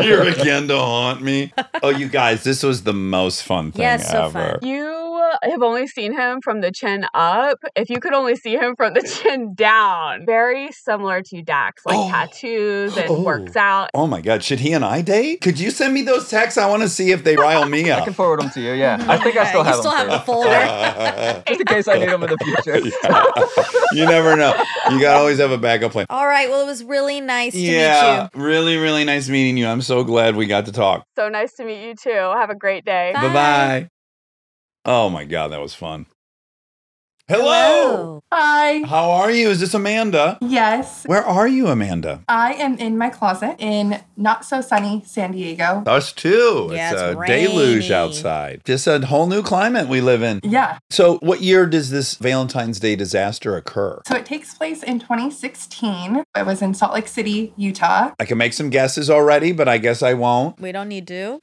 [SPEAKER 1] Here again to haunt me. Oh, you guys, this was the most fun thing
[SPEAKER 2] Yes, so fun.
[SPEAKER 1] ever.
[SPEAKER 9] You have only seen him from the chin up. If you could only see him from the [LAUGHS] chin down, very similar to Dax, like
[SPEAKER 1] Oh.
[SPEAKER 9] tattoos and
[SPEAKER 1] Oh.
[SPEAKER 9] works out.
[SPEAKER 1] Oh my God, should he and I date? Could you send me those texts? I want to see if they rile me
[SPEAKER 5] I
[SPEAKER 1] up.
[SPEAKER 5] can forward them to you. Yeah. I think I still
[SPEAKER 2] you
[SPEAKER 5] have
[SPEAKER 2] still
[SPEAKER 5] them.
[SPEAKER 2] have a
[SPEAKER 5] for you.
[SPEAKER 2] folder.
[SPEAKER 1] [LAUGHS]
[SPEAKER 5] Just in case I need them in the future.
[SPEAKER 1] you never know. You got to always have a backup plan.
[SPEAKER 2] All right. Well, it was really nice to
[SPEAKER 1] yeah, really, really nice meeting you. I'm so glad we got to talk.
[SPEAKER 9] So nice to meet you too. Have a great day.
[SPEAKER 2] Bye.
[SPEAKER 1] Bye bye. Oh my God, that was fun. Hello.
[SPEAKER 13] Hi.
[SPEAKER 1] How are you? Is this Amanda?
[SPEAKER 13] Yes,
[SPEAKER 1] Where are you, Amanda?
[SPEAKER 13] I am in my closet in not so sunny San Diego.
[SPEAKER 1] Us too.
[SPEAKER 12] Yeah,
[SPEAKER 1] it's,
[SPEAKER 12] it's
[SPEAKER 1] a deluge
[SPEAKER 12] rainy.
[SPEAKER 1] outside. Just a whole new climate we live in.
[SPEAKER 13] Yeah.
[SPEAKER 1] So, what year does this Valentine's Day disaster occur?
[SPEAKER 13] So it takes place in 2016. It was in Salt Lake City, Utah.
[SPEAKER 1] I can make some guesses already, but I guess I won't.
[SPEAKER 12] We don't need to.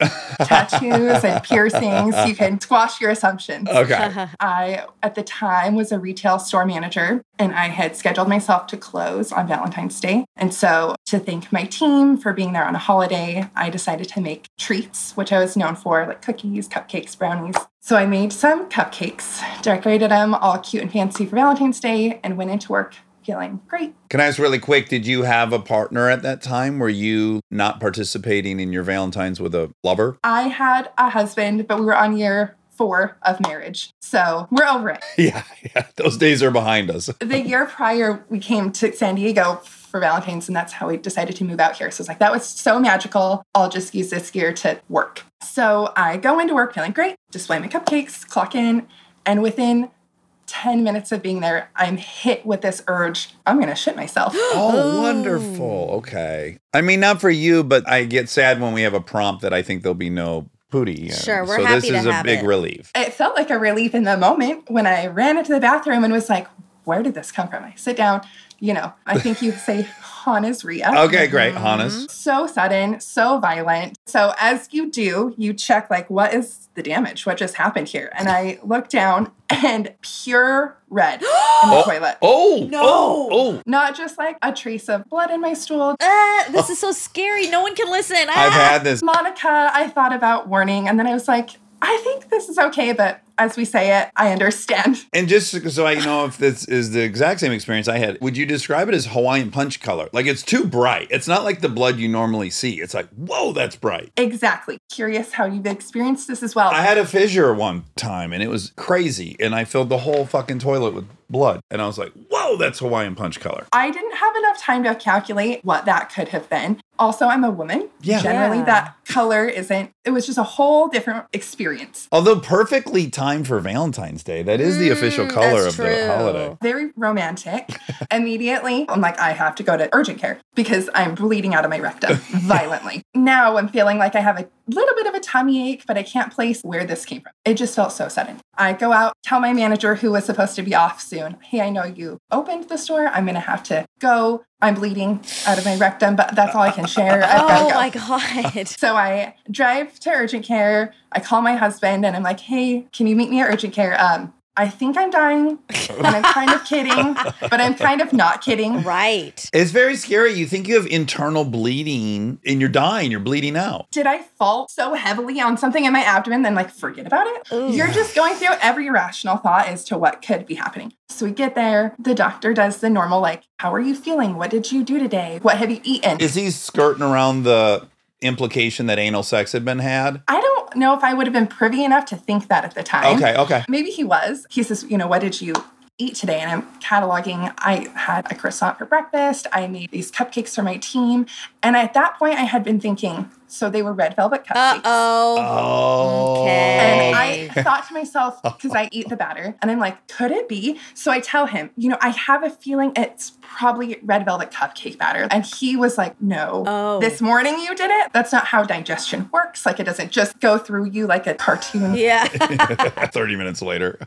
[SPEAKER 1] [LAUGHS]
[SPEAKER 13] Tattoos and piercings. You can squash your assumptions.
[SPEAKER 1] Okay.
[SPEAKER 2] [LAUGHS]
[SPEAKER 13] I, at the time, was a retail store manager and I had scheduled myself to close on Valentine's Day. And so, to thank my team for being there on a holiday, I decided to make treats, which I was known for, like cookies, cupcakes, brownies. So, I made some cupcakes, decorated them all cute and fancy for Valentine's Day, and went into work feeling great.
[SPEAKER 1] Can I ask really quick? Did you have a partner at that time? Were you not participating in your Valentine's with a lover? [LAUGHS]
[SPEAKER 13] I had a husband, but we were on year four of marriage. So, we're over it.
[SPEAKER 1] yeah, yeah. Those days are behind us.
[SPEAKER 13] the year prior we came to san diego for valentine's and that's how we decided to move out here so it's like that was so magical i'll just use this year to work so i go into work feeling great display my cupcakes clock in and within 10 minutes of being there i'm hit with this urge i'm gonna shit myself
[SPEAKER 1] Oh, wonderful. Okay. I mean, not for you, but I get sad when we have a prompt that I think there'll be no pooty. in.
[SPEAKER 2] Sure, we're
[SPEAKER 1] so this
[SPEAKER 2] happy to
[SPEAKER 1] is a
[SPEAKER 2] have
[SPEAKER 1] big
[SPEAKER 2] it.
[SPEAKER 1] relief.
[SPEAKER 13] it felt like a relief in the moment when i ran into the bathroom and was like where did this come from i sit down you know i think you say hana's ria
[SPEAKER 1] Okay, great,
[SPEAKER 2] Mm-hmm.
[SPEAKER 1] Hannes.
[SPEAKER 13] so sudden, so violent. So as you do, you check like what is the damage? What just happened here? And I look down and pure red in the toilet.
[SPEAKER 1] Oh,
[SPEAKER 2] No.
[SPEAKER 1] oh, oh.
[SPEAKER 13] Not just like a trace of blood in my stool.
[SPEAKER 2] Ah, this is so scary. No one can listen. Ah!
[SPEAKER 1] I've had this.
[SPEAKER 13] Monica, I thought about warning and then I was like I think this is okay, but as we say it, I understand. [LAUGHS]
[SPEAKER 1] And just so I know if this is the exact same experience I had, would you describe it as Hawaiian punch color? Like it's too bright. It's not like the blood you normally see. It's like, whoa, that's bright.
[SPEAKER 13] Exactly. Curious how you've experienced this as well.
[SPEAKER 1] I had a fissure one time and it was crazy. And I filled the whole fucking toilet with blood. And I was like, whoa, that's Hawaiian punch color.
[SPEAKER 13] I didn't have enough time to calculate what that could have been. Also, I'm a woman.
[SPEAKER 1] Yeah.
[SPEAKER 13] Generally,
[SPEAKER 2] Yeah.
[SPEAKER 13] that color isn't, it was just a whole different experience.
[SPEAKER 1] Although perfectly timed for Valentine's Day. That is the official
[SPEAKER 2] Mm,
[SPEAKER 1] color of
[SPEAKER 2] that's
[SPEAKER 1] the
[SPEAKER 2] true.
[SPEAKER 1] holiday.
[SPEAKER 13] Very romantic. Immediately, I'm like, I have to go to urgent care because I'm bleeding out of my rectum violently. Now I'm feeling like I have a little bit of a tummy ache, but I can't place where this came from. It just felt so sudden. I go out, tell my manager who was supposed to be off soon, hey, I know you opened the store. I'm going to have to go. I'm bleeding out of my rectum, but that's all I can share. I've got
[SPEAKER 1] [LAUGHS]
[SPEAKER 13] to
[SPEAKER 2] Oh
[SPEAKER 13] go.
[SPEAKER 2] my god.
[SPEAKER 13] So I drive to urgent care. I call my husband and I'm like, hey, can you meet me at urgent care? Um, I think I'm dying. And I'm kind of kidding, but I'm kind of not kidding.
[SPEAKER 2] Right.
[SPEAKER 1] It's very scary. You think you have internal bleeding and you're dying, you're bleeding out.
[SPEAKER 13] Did I fall so heavily on something in my abdomen then like forget about it?
[SPEAKER 2] Ooh.
[SPEAKER 13] You're just going through every rational thought as to what could be happening. So we get there. The doctor does the normal, like, how are you feeling? What did you do today? What have you eaten?
[SPEAKER 1] Is he skirting around the implication that anal sex had been had?
[SPEAKER 13] I don't know if I would have been privy enough to think that at the time.
[SPEAKER 1] Okay, okay.
[SPEAKER 13] maybe he was. He says, you know, what did you eat today? And I'm cataloging. I had a croissant for breakfast. I made these cupcakes for my team. And at that point, I had been thinking, so they were red velvet
[SPEAKER 2] Uh
[SPEAKER 13] cupcakes.
[SPEAKER 2] oh.
[SPEAKER 1] Oh.
[SPEAKER 13] And
[SPEAKER 2] Okay.
[SPEAKER 13] I [LAUGHS] thought to myself, because I eat the batter, and I'm like, could it be? So I tell him, you know, I have a feeling it's probably red velvet cupcake batter. And he was like, no,
[SPEAKER 2] Oh.
[SPEAKER 13] this morning you did it. That's not how digestion works. Like, it doesn't just go through you like a cartoon
[SPEAKER 2] Yeah.
[SPEAKER 1] 30 minutes later.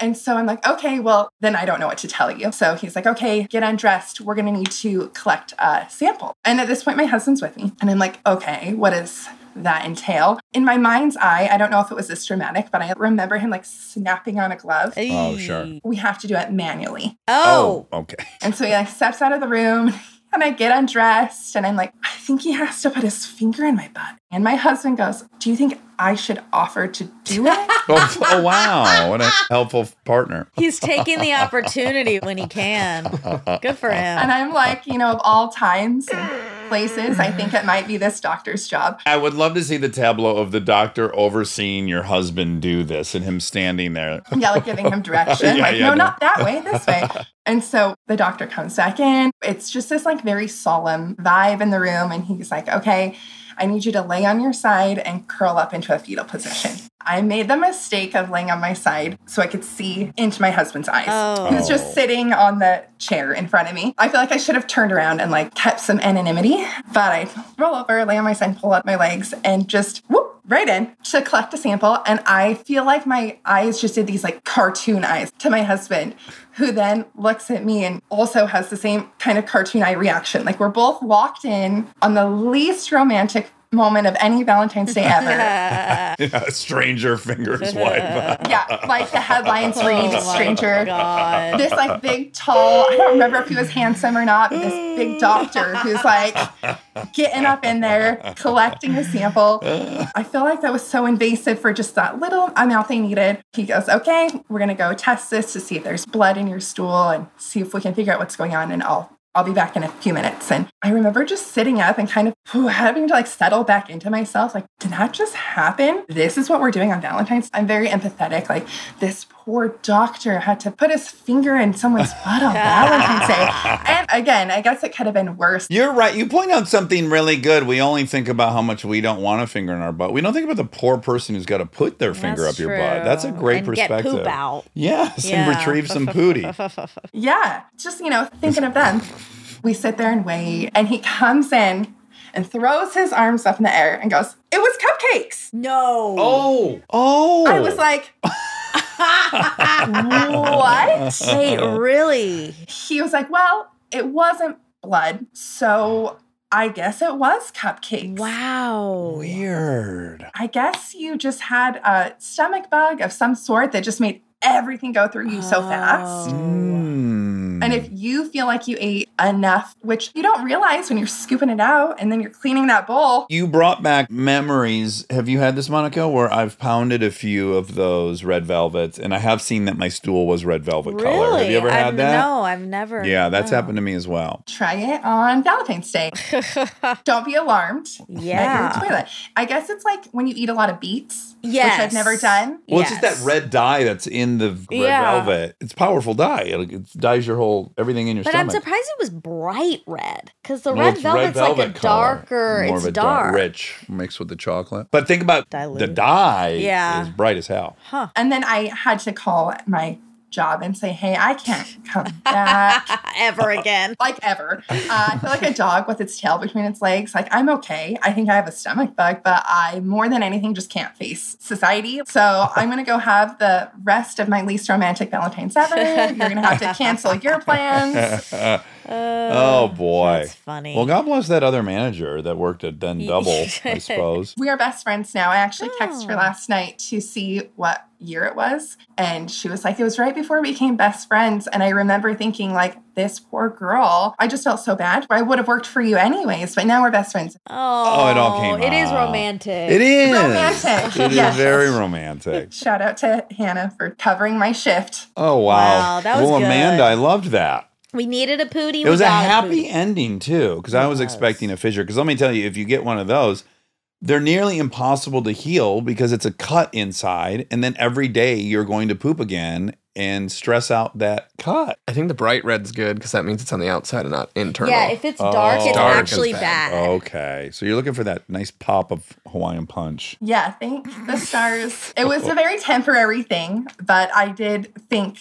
[SPEAKER 13] And so I'm like, okay, well, then I don't know what to tell you. So he's like, okay, get undressed. We're going to need to collect a sample. And at this point, my husband's with me. And I'm like, okay, what does that entail? In my mind's eye, I don't know if it was this dramatic, but I remember him like snapping on a glove.
[SPEAKER 1] [LAUGHS] Oh, sure.
[SPEAKER 2] Eee.
[SPEAKER 13] We have to do it manually.
[SPEAKER 2] Oh.
[SPEAKER 1] okay.
[SPEAKER 13] And so he like steps out of the room and I get undressed and I'm like, I think he has to put his finger in my butt. And my husband goes, Do you think I should offer to do it?
[SPEAKER 1] [LAUGHS] Oh, oh, wow. What a [LAUGHS] helpful partner. Uh,
[SPEAKER 2] He's taking
[SPEAKER 1] [LAUGHS]
[SPEAKER 2] the opportunity when he can. Good for him.
[SPEAKER 13] And I'm like, you know, of all times and places, I think it might be this doctor's job.
[SPEAKER 1] I would love to see the tableau of the doctor overseeing your husband do this and him standing there.
[SPEAKER 13] Yeah, like giving
[SPEAKER 1] [LAUGHS]
[SPEAKER 13] him direction.
[SPEAKER 1] Yeah,
[SPEAKER 13] like,
[SPEAKER 1] yeah,
[SPEAKER 13] no,
[SPEAKER 1] no.
[SPEAKER 13] not that way,
[SPEAKER 1] [LAUGHS]
[SPEAKER 13] this way. And so the doctor comes back in. It's just this like very solemn vibe in the room. And he's like, okay, I need you to lay on your side and curl up into a fetal position. I made the mistake of laying on my side so I could see into my husband's eyes. He
[SPEAKER 2] Oh.
[SPEAKER 13] was just sitting on the chair in front of me. I feel like I should have turned around and like kept some anonymity, but I roll over, lay on my side, pull up my legs, and just whoop right in to collect a sample. And I feel like my eyes just did these like cartoon eyes to my husband, who then looks at me and also has the same kind of cartoon eye reaction. Like we're both locked in on the least romantic moment of any Valentine's Day ever.
[SPEAKER 2] [LAUGHS]
[SPEAKER 1] [LAUGHS]
[SPEAKER 2] Uh,
[SPEAKER 1] Stranger
[SPEAKER 2] [LAUGHS]
[SPEAKER 1] fingers wipe.
[SPEAKER 13] yeah, like the headlines read
[SPEAKER 2] oh my
[SPEAKER 13] stranger
[SPEAKER 2] God.
[SPEAKER 13] [LAUGHS] this like big tall i don't remember if he was handsome or not but this big doctor who's like getting up in there collecting a sample i feel like that was so invasive for just that little amount they needed he goes okay we're going to go test this to see if there's blood in your stool and see if we can figure out what's going on and i'll I'll be back in a few minutes. And I remember just sitting up and kind of whew, having to like settle back into myself. Like, did that just happen? This is what we're doing on Valentine's. I'm very empathetic. Like, this poor doctor had to put his finger in someone's butt on Valentine's Day. And again, I guess it could have been worse.
[SPEAKER 1] You're right. You point out something really good. We only think about how much we don't want a finger in our butt. We don't think about the poor person who's got to put their finger up
[SPEAKER 2] That's
[SPEAKER 1] your butt. That's a
[SPEAKER 2] true.
[SPEAKER 1] great
[SPEAKER 2] and
[SPEAKER 1] perspective.
[SPEAKER 2] Get poop out.
[SPEAKER 1] Yes, and
[SPEAKER 2] Yeah.
[SPEAKER 1] retrieve
[SPEAKER 2] [LAUGHS]
[SPEAKER 1] some pooty.
[SPEAKER 13] Yeah, just, you know, thinking of them. We sit there and wait. And he comes in and throws his arms up in the air and goes, It was cupcakes.
[SPEAKER 2] No.
[SPEAKER 1] Oh, oh!
[SPEAKER 13] I was like, What?
[SPEAKER 2] [LAUGHS]
[SPEAKER 1] [LAUGHS]
[SPEAKER 2] Wait, really?
[SPEAKER 13] he was like, Well, it wasn't blood. So I guess it was cupcakes.
[SPEAKER 2] Wow.
[SPEAKER 1] weird.
[SPEAKER 13] I guess you just had a stomach bug of some sort that just made everything go through you so fast.
[SPEAKER 2] Oh.
[SPEAKER 1] Mm.
[SPEAKER 13] And if you feel like you ate enough, which you don't realize when you're scooping it out and then you're cleaning that bowl.
[SPEAKER 1] You brought back memories. Have you had this, Monica, where I've pounded a few of those red velvets and I have seen that my stool was red velvet color. Have you ever had
[SPEAKER 2] I've-
[SPEAKER 1] that?
[SPEAKER 2] No, I've never. Oh.
[SPEAKER 1] Yeah, that's
[SPEAKER 2] no.
[SPEAKER 1] happened to me as well.
[SPEAKER 13] Try it on
[SPEAKER 2] [LAUGHS]
[SPEAKER 13] Valentine's Day. don't be alarmed.
[SPEAKER 2] Yeah.
[SPEAKER 13] At your toilet. I guess it's like when you eat a lot of beets,
[SPEAKER 2] Yes.
[SPEAKER 13] which I've never done.
[SPEAKER 1] Well, it's just
[SPEAKER 2] Yes.
[SPEAKER 1] that red dye that's in the red
[SPEAKER 2] Yeah.
[SPEAKER 1] velvet. It's powerful dye. It, it dyes your whole everything in your
[SPEAKER 2] But I'm
[SPEAKER 1] stomach.
[SPEAKER 2] surprised it was bright red because the
[SPEAKER 1] Well,
[SPEAKER 2] red
[SPEAKER 1] it's
[SPEAKER 2] velvet's like
[SPEAKER 1] velvet
[SPEAKER 2] a
[SPEAKER 1] color.
[SPEAKER 2] darker.
[SPEAKER 1] More
[SPEAKER 2] it's
[SPEAKER 1] of a
[SPEAKER 2] dark.
[SPEAKER 1] rich mixed with the chocolate. But think about the
[SPEAKER 2] Dilute.
[SPEAKER 1] dye.
[SPEAKER 2] Yeah.
[SPEAKER 1] is bright as hell.
[SPEAKER 2] Huh. [LAUGHS]
[SPEAKER 13] And then I had to call my job and say, hey, I can't come
[SPEAKER 2] [LAUGHS]
[SPEAKER 13] back.
[SPEAKER 2] Ever again.
[SPEAKER 13] like ever. Uh, I feel like a dog with its tail between its legs. Like, I'm okay. I think I have a stomach bug, but I, more than anything, just can't face society. So I'm going to go have the rest of my least romantic Valentine's ever. You're going to have to cancel
[SPEAKER 2] [LAUGHS]
[SPEAKER 13] your plans.
[SPEAKER 1] [LAUGHS]
[SPEAKER 2] Um,
[SPEAKER 1] oh boy.
[SPEAKER 2] That's funny.
[SPEAKER 1] [LAUGHS] Well, God bless that other manager that worked at then
[SPEAKER 2] [LAUGHS]
[SPEAKER 1] double. I suppose.
[SPEAKER 13] We are best friends now. I actually texted her
[SPEAKER 2] Oh.
[SPEAKER 13] last night to see what year it was. And she was like, it was right before we became best friends. And I remember thinking, like, this poor girl, I just felt so bad. I would have worked for you anyways, but now we're best friends.
[SPEAKER 2] oh,
[SPEAKER 1] it all came
[SPEAKER 2] It is
[SPEAKER 1] out.
[SPEAKER 2] romantic.
[SPEAKER 1] It is
[SPEAKER 13] Romantic.
[SPEAKER 1] It is
[SPEAKER 13] Yes.
[SPEAKER 1] very
[SPEAKER 2] [LAUGHS]
[SPEAKER 1] romantic.
[SPEAKER 13] Shout out to Hannah for covering my shift.
[SPEAKER 1] Oh wow.
[SPEAKER 2] Wow, that was
[SPEAKER 1] well,
[SPEAKER 2] good.
[SPEAKER 1] Amanda, I loved that.
[SPEAKER 2] We needed a pootie.
[SPEAKER 1] It was
[SPEAKER 2] we
[SPEAKER 1] a
[SPEAKER 2] got
[SPEAKER 1] happy
[SPEAKER 2] pootie.
[SPEAKER 1] ending too, because I
[SPEAKER 2] It
[SPEAKER 1] was,
[SPEAKER 2] was.
[SPEAKER 1] expecting a fissure. Because let me tell you, if you get one of those, they're nearly impossible to heal because it's a cut inside, and then every day you're going to poop again and stress out that cut.
[SPEAKER 8] I think the bright red's good because that means it's on the outside and not internal.
[SPEAKER 2] Yeah, if it's dark,
[SPEAKER 1] Oh.
[SPEAKER 2] it's
[SPEAKER 8] Dark is
[SPEAKER 2] actually
[SPEAKER 8] bad.
[SPEAKER 2] bad.
[SPEAKER 1] Okay, so you're looking for that nice pop of Hawaiian punch.
[SPEAKER 13] Yeah, thank the stars. It was a very temporary thing, but I did think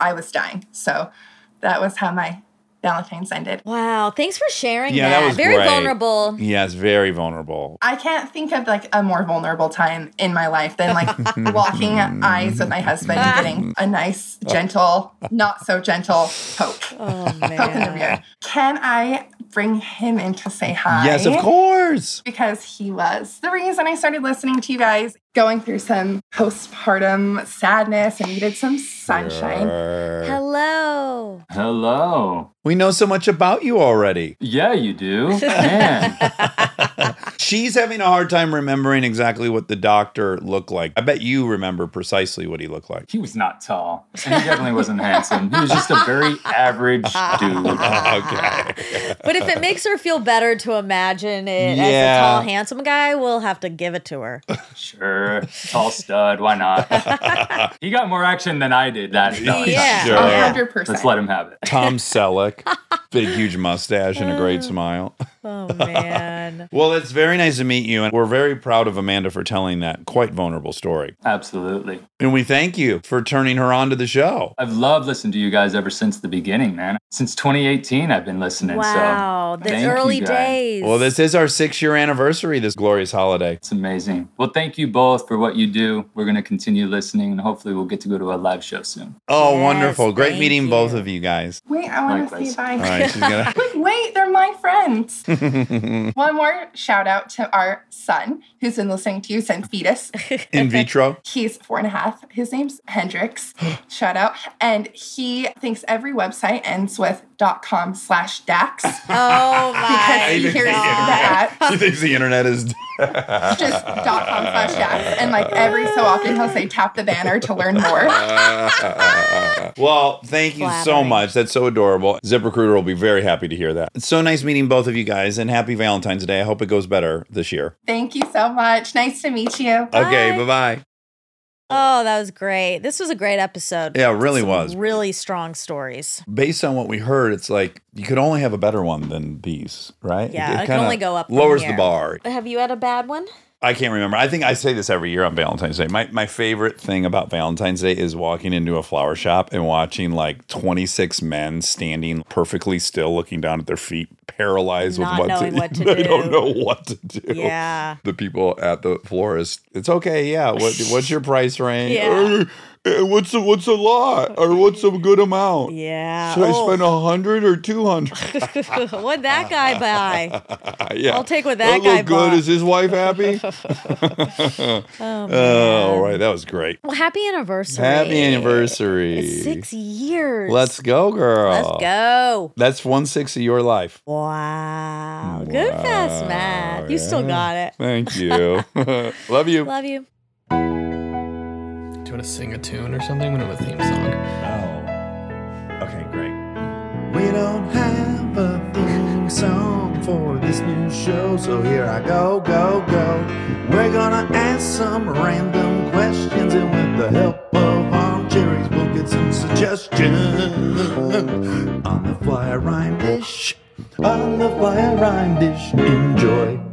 [SPEAKER 13] I was dying. So that was how my Valentine's ended.
[SPEAKER 2] Wow. Thanks for sharing
[SPEAKER 1] Oh. Yeah, that
[SPEAKER 2] that.
[SPEAKER 1] was
[SPEAKER 2] Very
[SPEAKER 1] great. [LAUGHS]
[SPEAKER 2] vulnerable.
[SPEAKER 1] Yes, very vulnerable.
[SPEAKER 13] I can't think of like a more vulnerable time in my life
[SPEAKER 1] [LAUGHS]
[SPEAKER 13] than like locking eyes with my husband and getting a nice, gentle, not so gentle poke.
[SPEAKER 2] Oh
[SPEAKER 13] Poke in the
[SPEAKER 2] man.
[SPEAKER 13] rear. Can I bring him in to say hi?
[SPEAKER 1] Yes, of course.
[SPEAKER 13] because he was the reason I started listening to you guys, going through some postpartum sadness and needed some sunshine.
[SPEAKER 1] Sure.
[SPEAKER 2] Hello.
[SPEAKER 4] Hello.
[SPEAKER 1] We know so much about you already.
[SPEAKER 4] Yeah, you do. Man.
[SPEAKER 1] She's having a hard time remembering exactly what the doctor looked like. I bet you remember precisely what he looked like.
[SPEAKER 4] he was not tall. And he definitely wasn't handsome. He was just a very average dude.
[SPEAKER 1] [LAUGHS] okay.
[SPEAKER 2] [LAUGHS] But if it makes her feel better to imagine it as
[SPEAKER 1] Yeah.
[SPEAKER 2] a tall, handsome guy, we'll have to give it to her.
[SPEAKER 4] Sure. Tall stud. Why not? he got more action than I did that night.
[SPEAKER 2] Yeah.
[SPEAKER 1] Sure.
[SPEAKER 13] A hundred
[SPEAKER 4] Let's
[SPEAKER 13] percent.
[SPEAKER 4] let him have it.
[SPEAKER 2] [LAUGHS]
[SPEAKER 1] Tom Selleck, big, huge mustache and a
[SPEAKER 2] Uh.
[SPEAKER 1] great smile.
[SPEAKER 2] [LAUGHS] Oh man.
[SPEAKER 1] Well, it's very nice to meet you. And we're very proud of Amanda for telling that quite vulnerable story.
[SPEAKER 4] Absolutely.
[SPEAKER 1] And we thank you for turning her on to the show.
[SPEAKER 4] I've loved listening to you guys ever since the beginning, man. Since 2018, I've been listening.
[SPEAKER 2] wow.
[SPEAKER 4] So
[SPEAKER 2] the
[SPEAKER 4] thank you
[SPEAKER 2] early
[SPEAKER 4] guys.
[SPEAKER 2] days.
[SPEAKER 1] Well, this is our six year anniversary, this glorious holiday.
[SPEAKER 4] It's amazing. Well, thank you both for what you do. We're going to continue listening, and hopefully, we'll get to go to a live show soon.
[SPEAKER 1] Oh,
[SPEAKER 2] Yes,
[SPEAKER 1] wonderful. Great
[SPEAKER 2] thank
[SPEAKER 1] meeting
[SPEAKER 2] you.
[SPEAKER 1] both of you
[SPEAKER 2] [LAUGHS]
[SPEAKER 1] guys.
[SPEAKER 13] Wait, I want to
[SPEAKER 4] Likewise.
[SPEAKER 13] see bye.
[SPEAKER 1] All right, she's gonna.
[SPEAKER 13] Wait, wait, they're my friends. One more shout out to our son who's been listening to you since fetus.
[SPEAKER 1] In vitro.
[SPEAKER 13] He's four and a half. His name's Hendrix. shout out. And he thinks every website ends with .com slash dax [LAUGHS] because
[SPEAKER 2] [LAUGHS] [LAUGHS] oh my
[SPEAKER 13] he hears
[SPEAKER 2] God.
[SPEAKER 13] that.
[SPEAKER 1] She thinks the internet is. [LAUGHS]
[SPEAKER 13] just dot com slash dax and like every so often he'll say tap the banner to learn more
[SPEAKER 1] [LAUGHS] well, thank you so
[SPEAKER 2] Flattering.
[SPEAKER 1] much. That's so adorable. ZipRecruiter will be very happy to hear that. It's so nice meeting both of you guys and happy Valentine's Day. I hope it goes better this year.
[SPEAKER 13] thank you so much nice to meet you
[SPEAKER 1] Okay,
[SPEAKER 2] Bye.
[SPEAKER 1] bye bye.
[SPEAKER 2] Oh, that was great. This was a great episode.
[SPEAKER 1] Yeah, it really
[SPEAKER 2] Some
[SPEAKER 1] was.
[SPEAKER 2] Really strong stories.
[SPEAKER 1] Based on what we heard, it's like you could only have a better one than these, right?
[SPEAKER 2] Yeah, it can
[SPEAKER 1] kinda
[SPEAKER 2] only go up from
[SPEAKER 1] Lowers
[SPEAKER 2] here.
[SPEAKER 1] the bar.
[SPEAKER 2] Have you had a bad one?
[SPEAKER 1] I can't remember. I think I say this every year on Valentine's Day. My my favorite thing about Valentine's Day is walking into a flower shop and watching like 26 men standing perfectly still looking down at their feet, paralyzed
[SPEAKER 2] Not
[SPEAKER 1] with what
[SPEAKER 2] knowing
[SPEAKER 1] to, [LAUGHS]
[SPEAKER 2] what to
[SPEAKER 1] They don't
[SPEAKER 2] do.
[SPEAKER 1] know what to do.
[SPEAKER 2] Yeah.
[SPEAKER 1] The people at the florist, it's okay, yeah. What, what's your price range?
[SPEAKER 2] Yeah.
[SPEAKER 1] "Eh, what's a, what's a lot or what's a good amount?
[SPEAKER 14] Yeah.
[SPEAKER 1] Should
[SPEAKER 14] Oh.
[SPEAKER 1] I spend a hundred or two hundred? [LAUGHS]
[SPEAKER 2] [LAUGHS]
[SPEAKER 14] What'd that guy buy?
[SPEAKER 1] yeah,
[SPEAKER 14] I'll take what that
[SPEAKER 1] look
[SPEAKER 14] guy
[SPEAKER 1] good.
[SPEAKER 14] bought.
[SPEAKER 1] Is his wife happy? [LAUGHS]
[SPEAKER 14] Oh,
[SPEAKER 1] all right, that was great.
[SPEAKER 2] Well, happy anniversary.
[SPEAKER 1] Happy anniversary!
[SPEAKER 2] It's six years.
[SPEAKER 1] Let's go, girl.
[SPEAKER 2] Let's go.
[SPEAKER 1] That's one six of your life.
[SPEAKER 2] Wow. Good fast math. You still got it. [LAUGHS]
[SPEAKER 1] Thank you. [LAUGHS] Love you.
[SPEAKER 2] Love you.
[SPEAKER 8] Do you want to sing a tune or something? We don't have a theme song.
[SPEAKER 1] Oh. Okay, great.
[SPEAKER 4] We don't have a theme song for this new show, so here I go, go, go. We're gonna ask some random questions, and with the help of armchairs, we'll get some [LAUGHS] suggestions. On the fly, rhyme dish. On the fly, rhyme dish. Enjoy.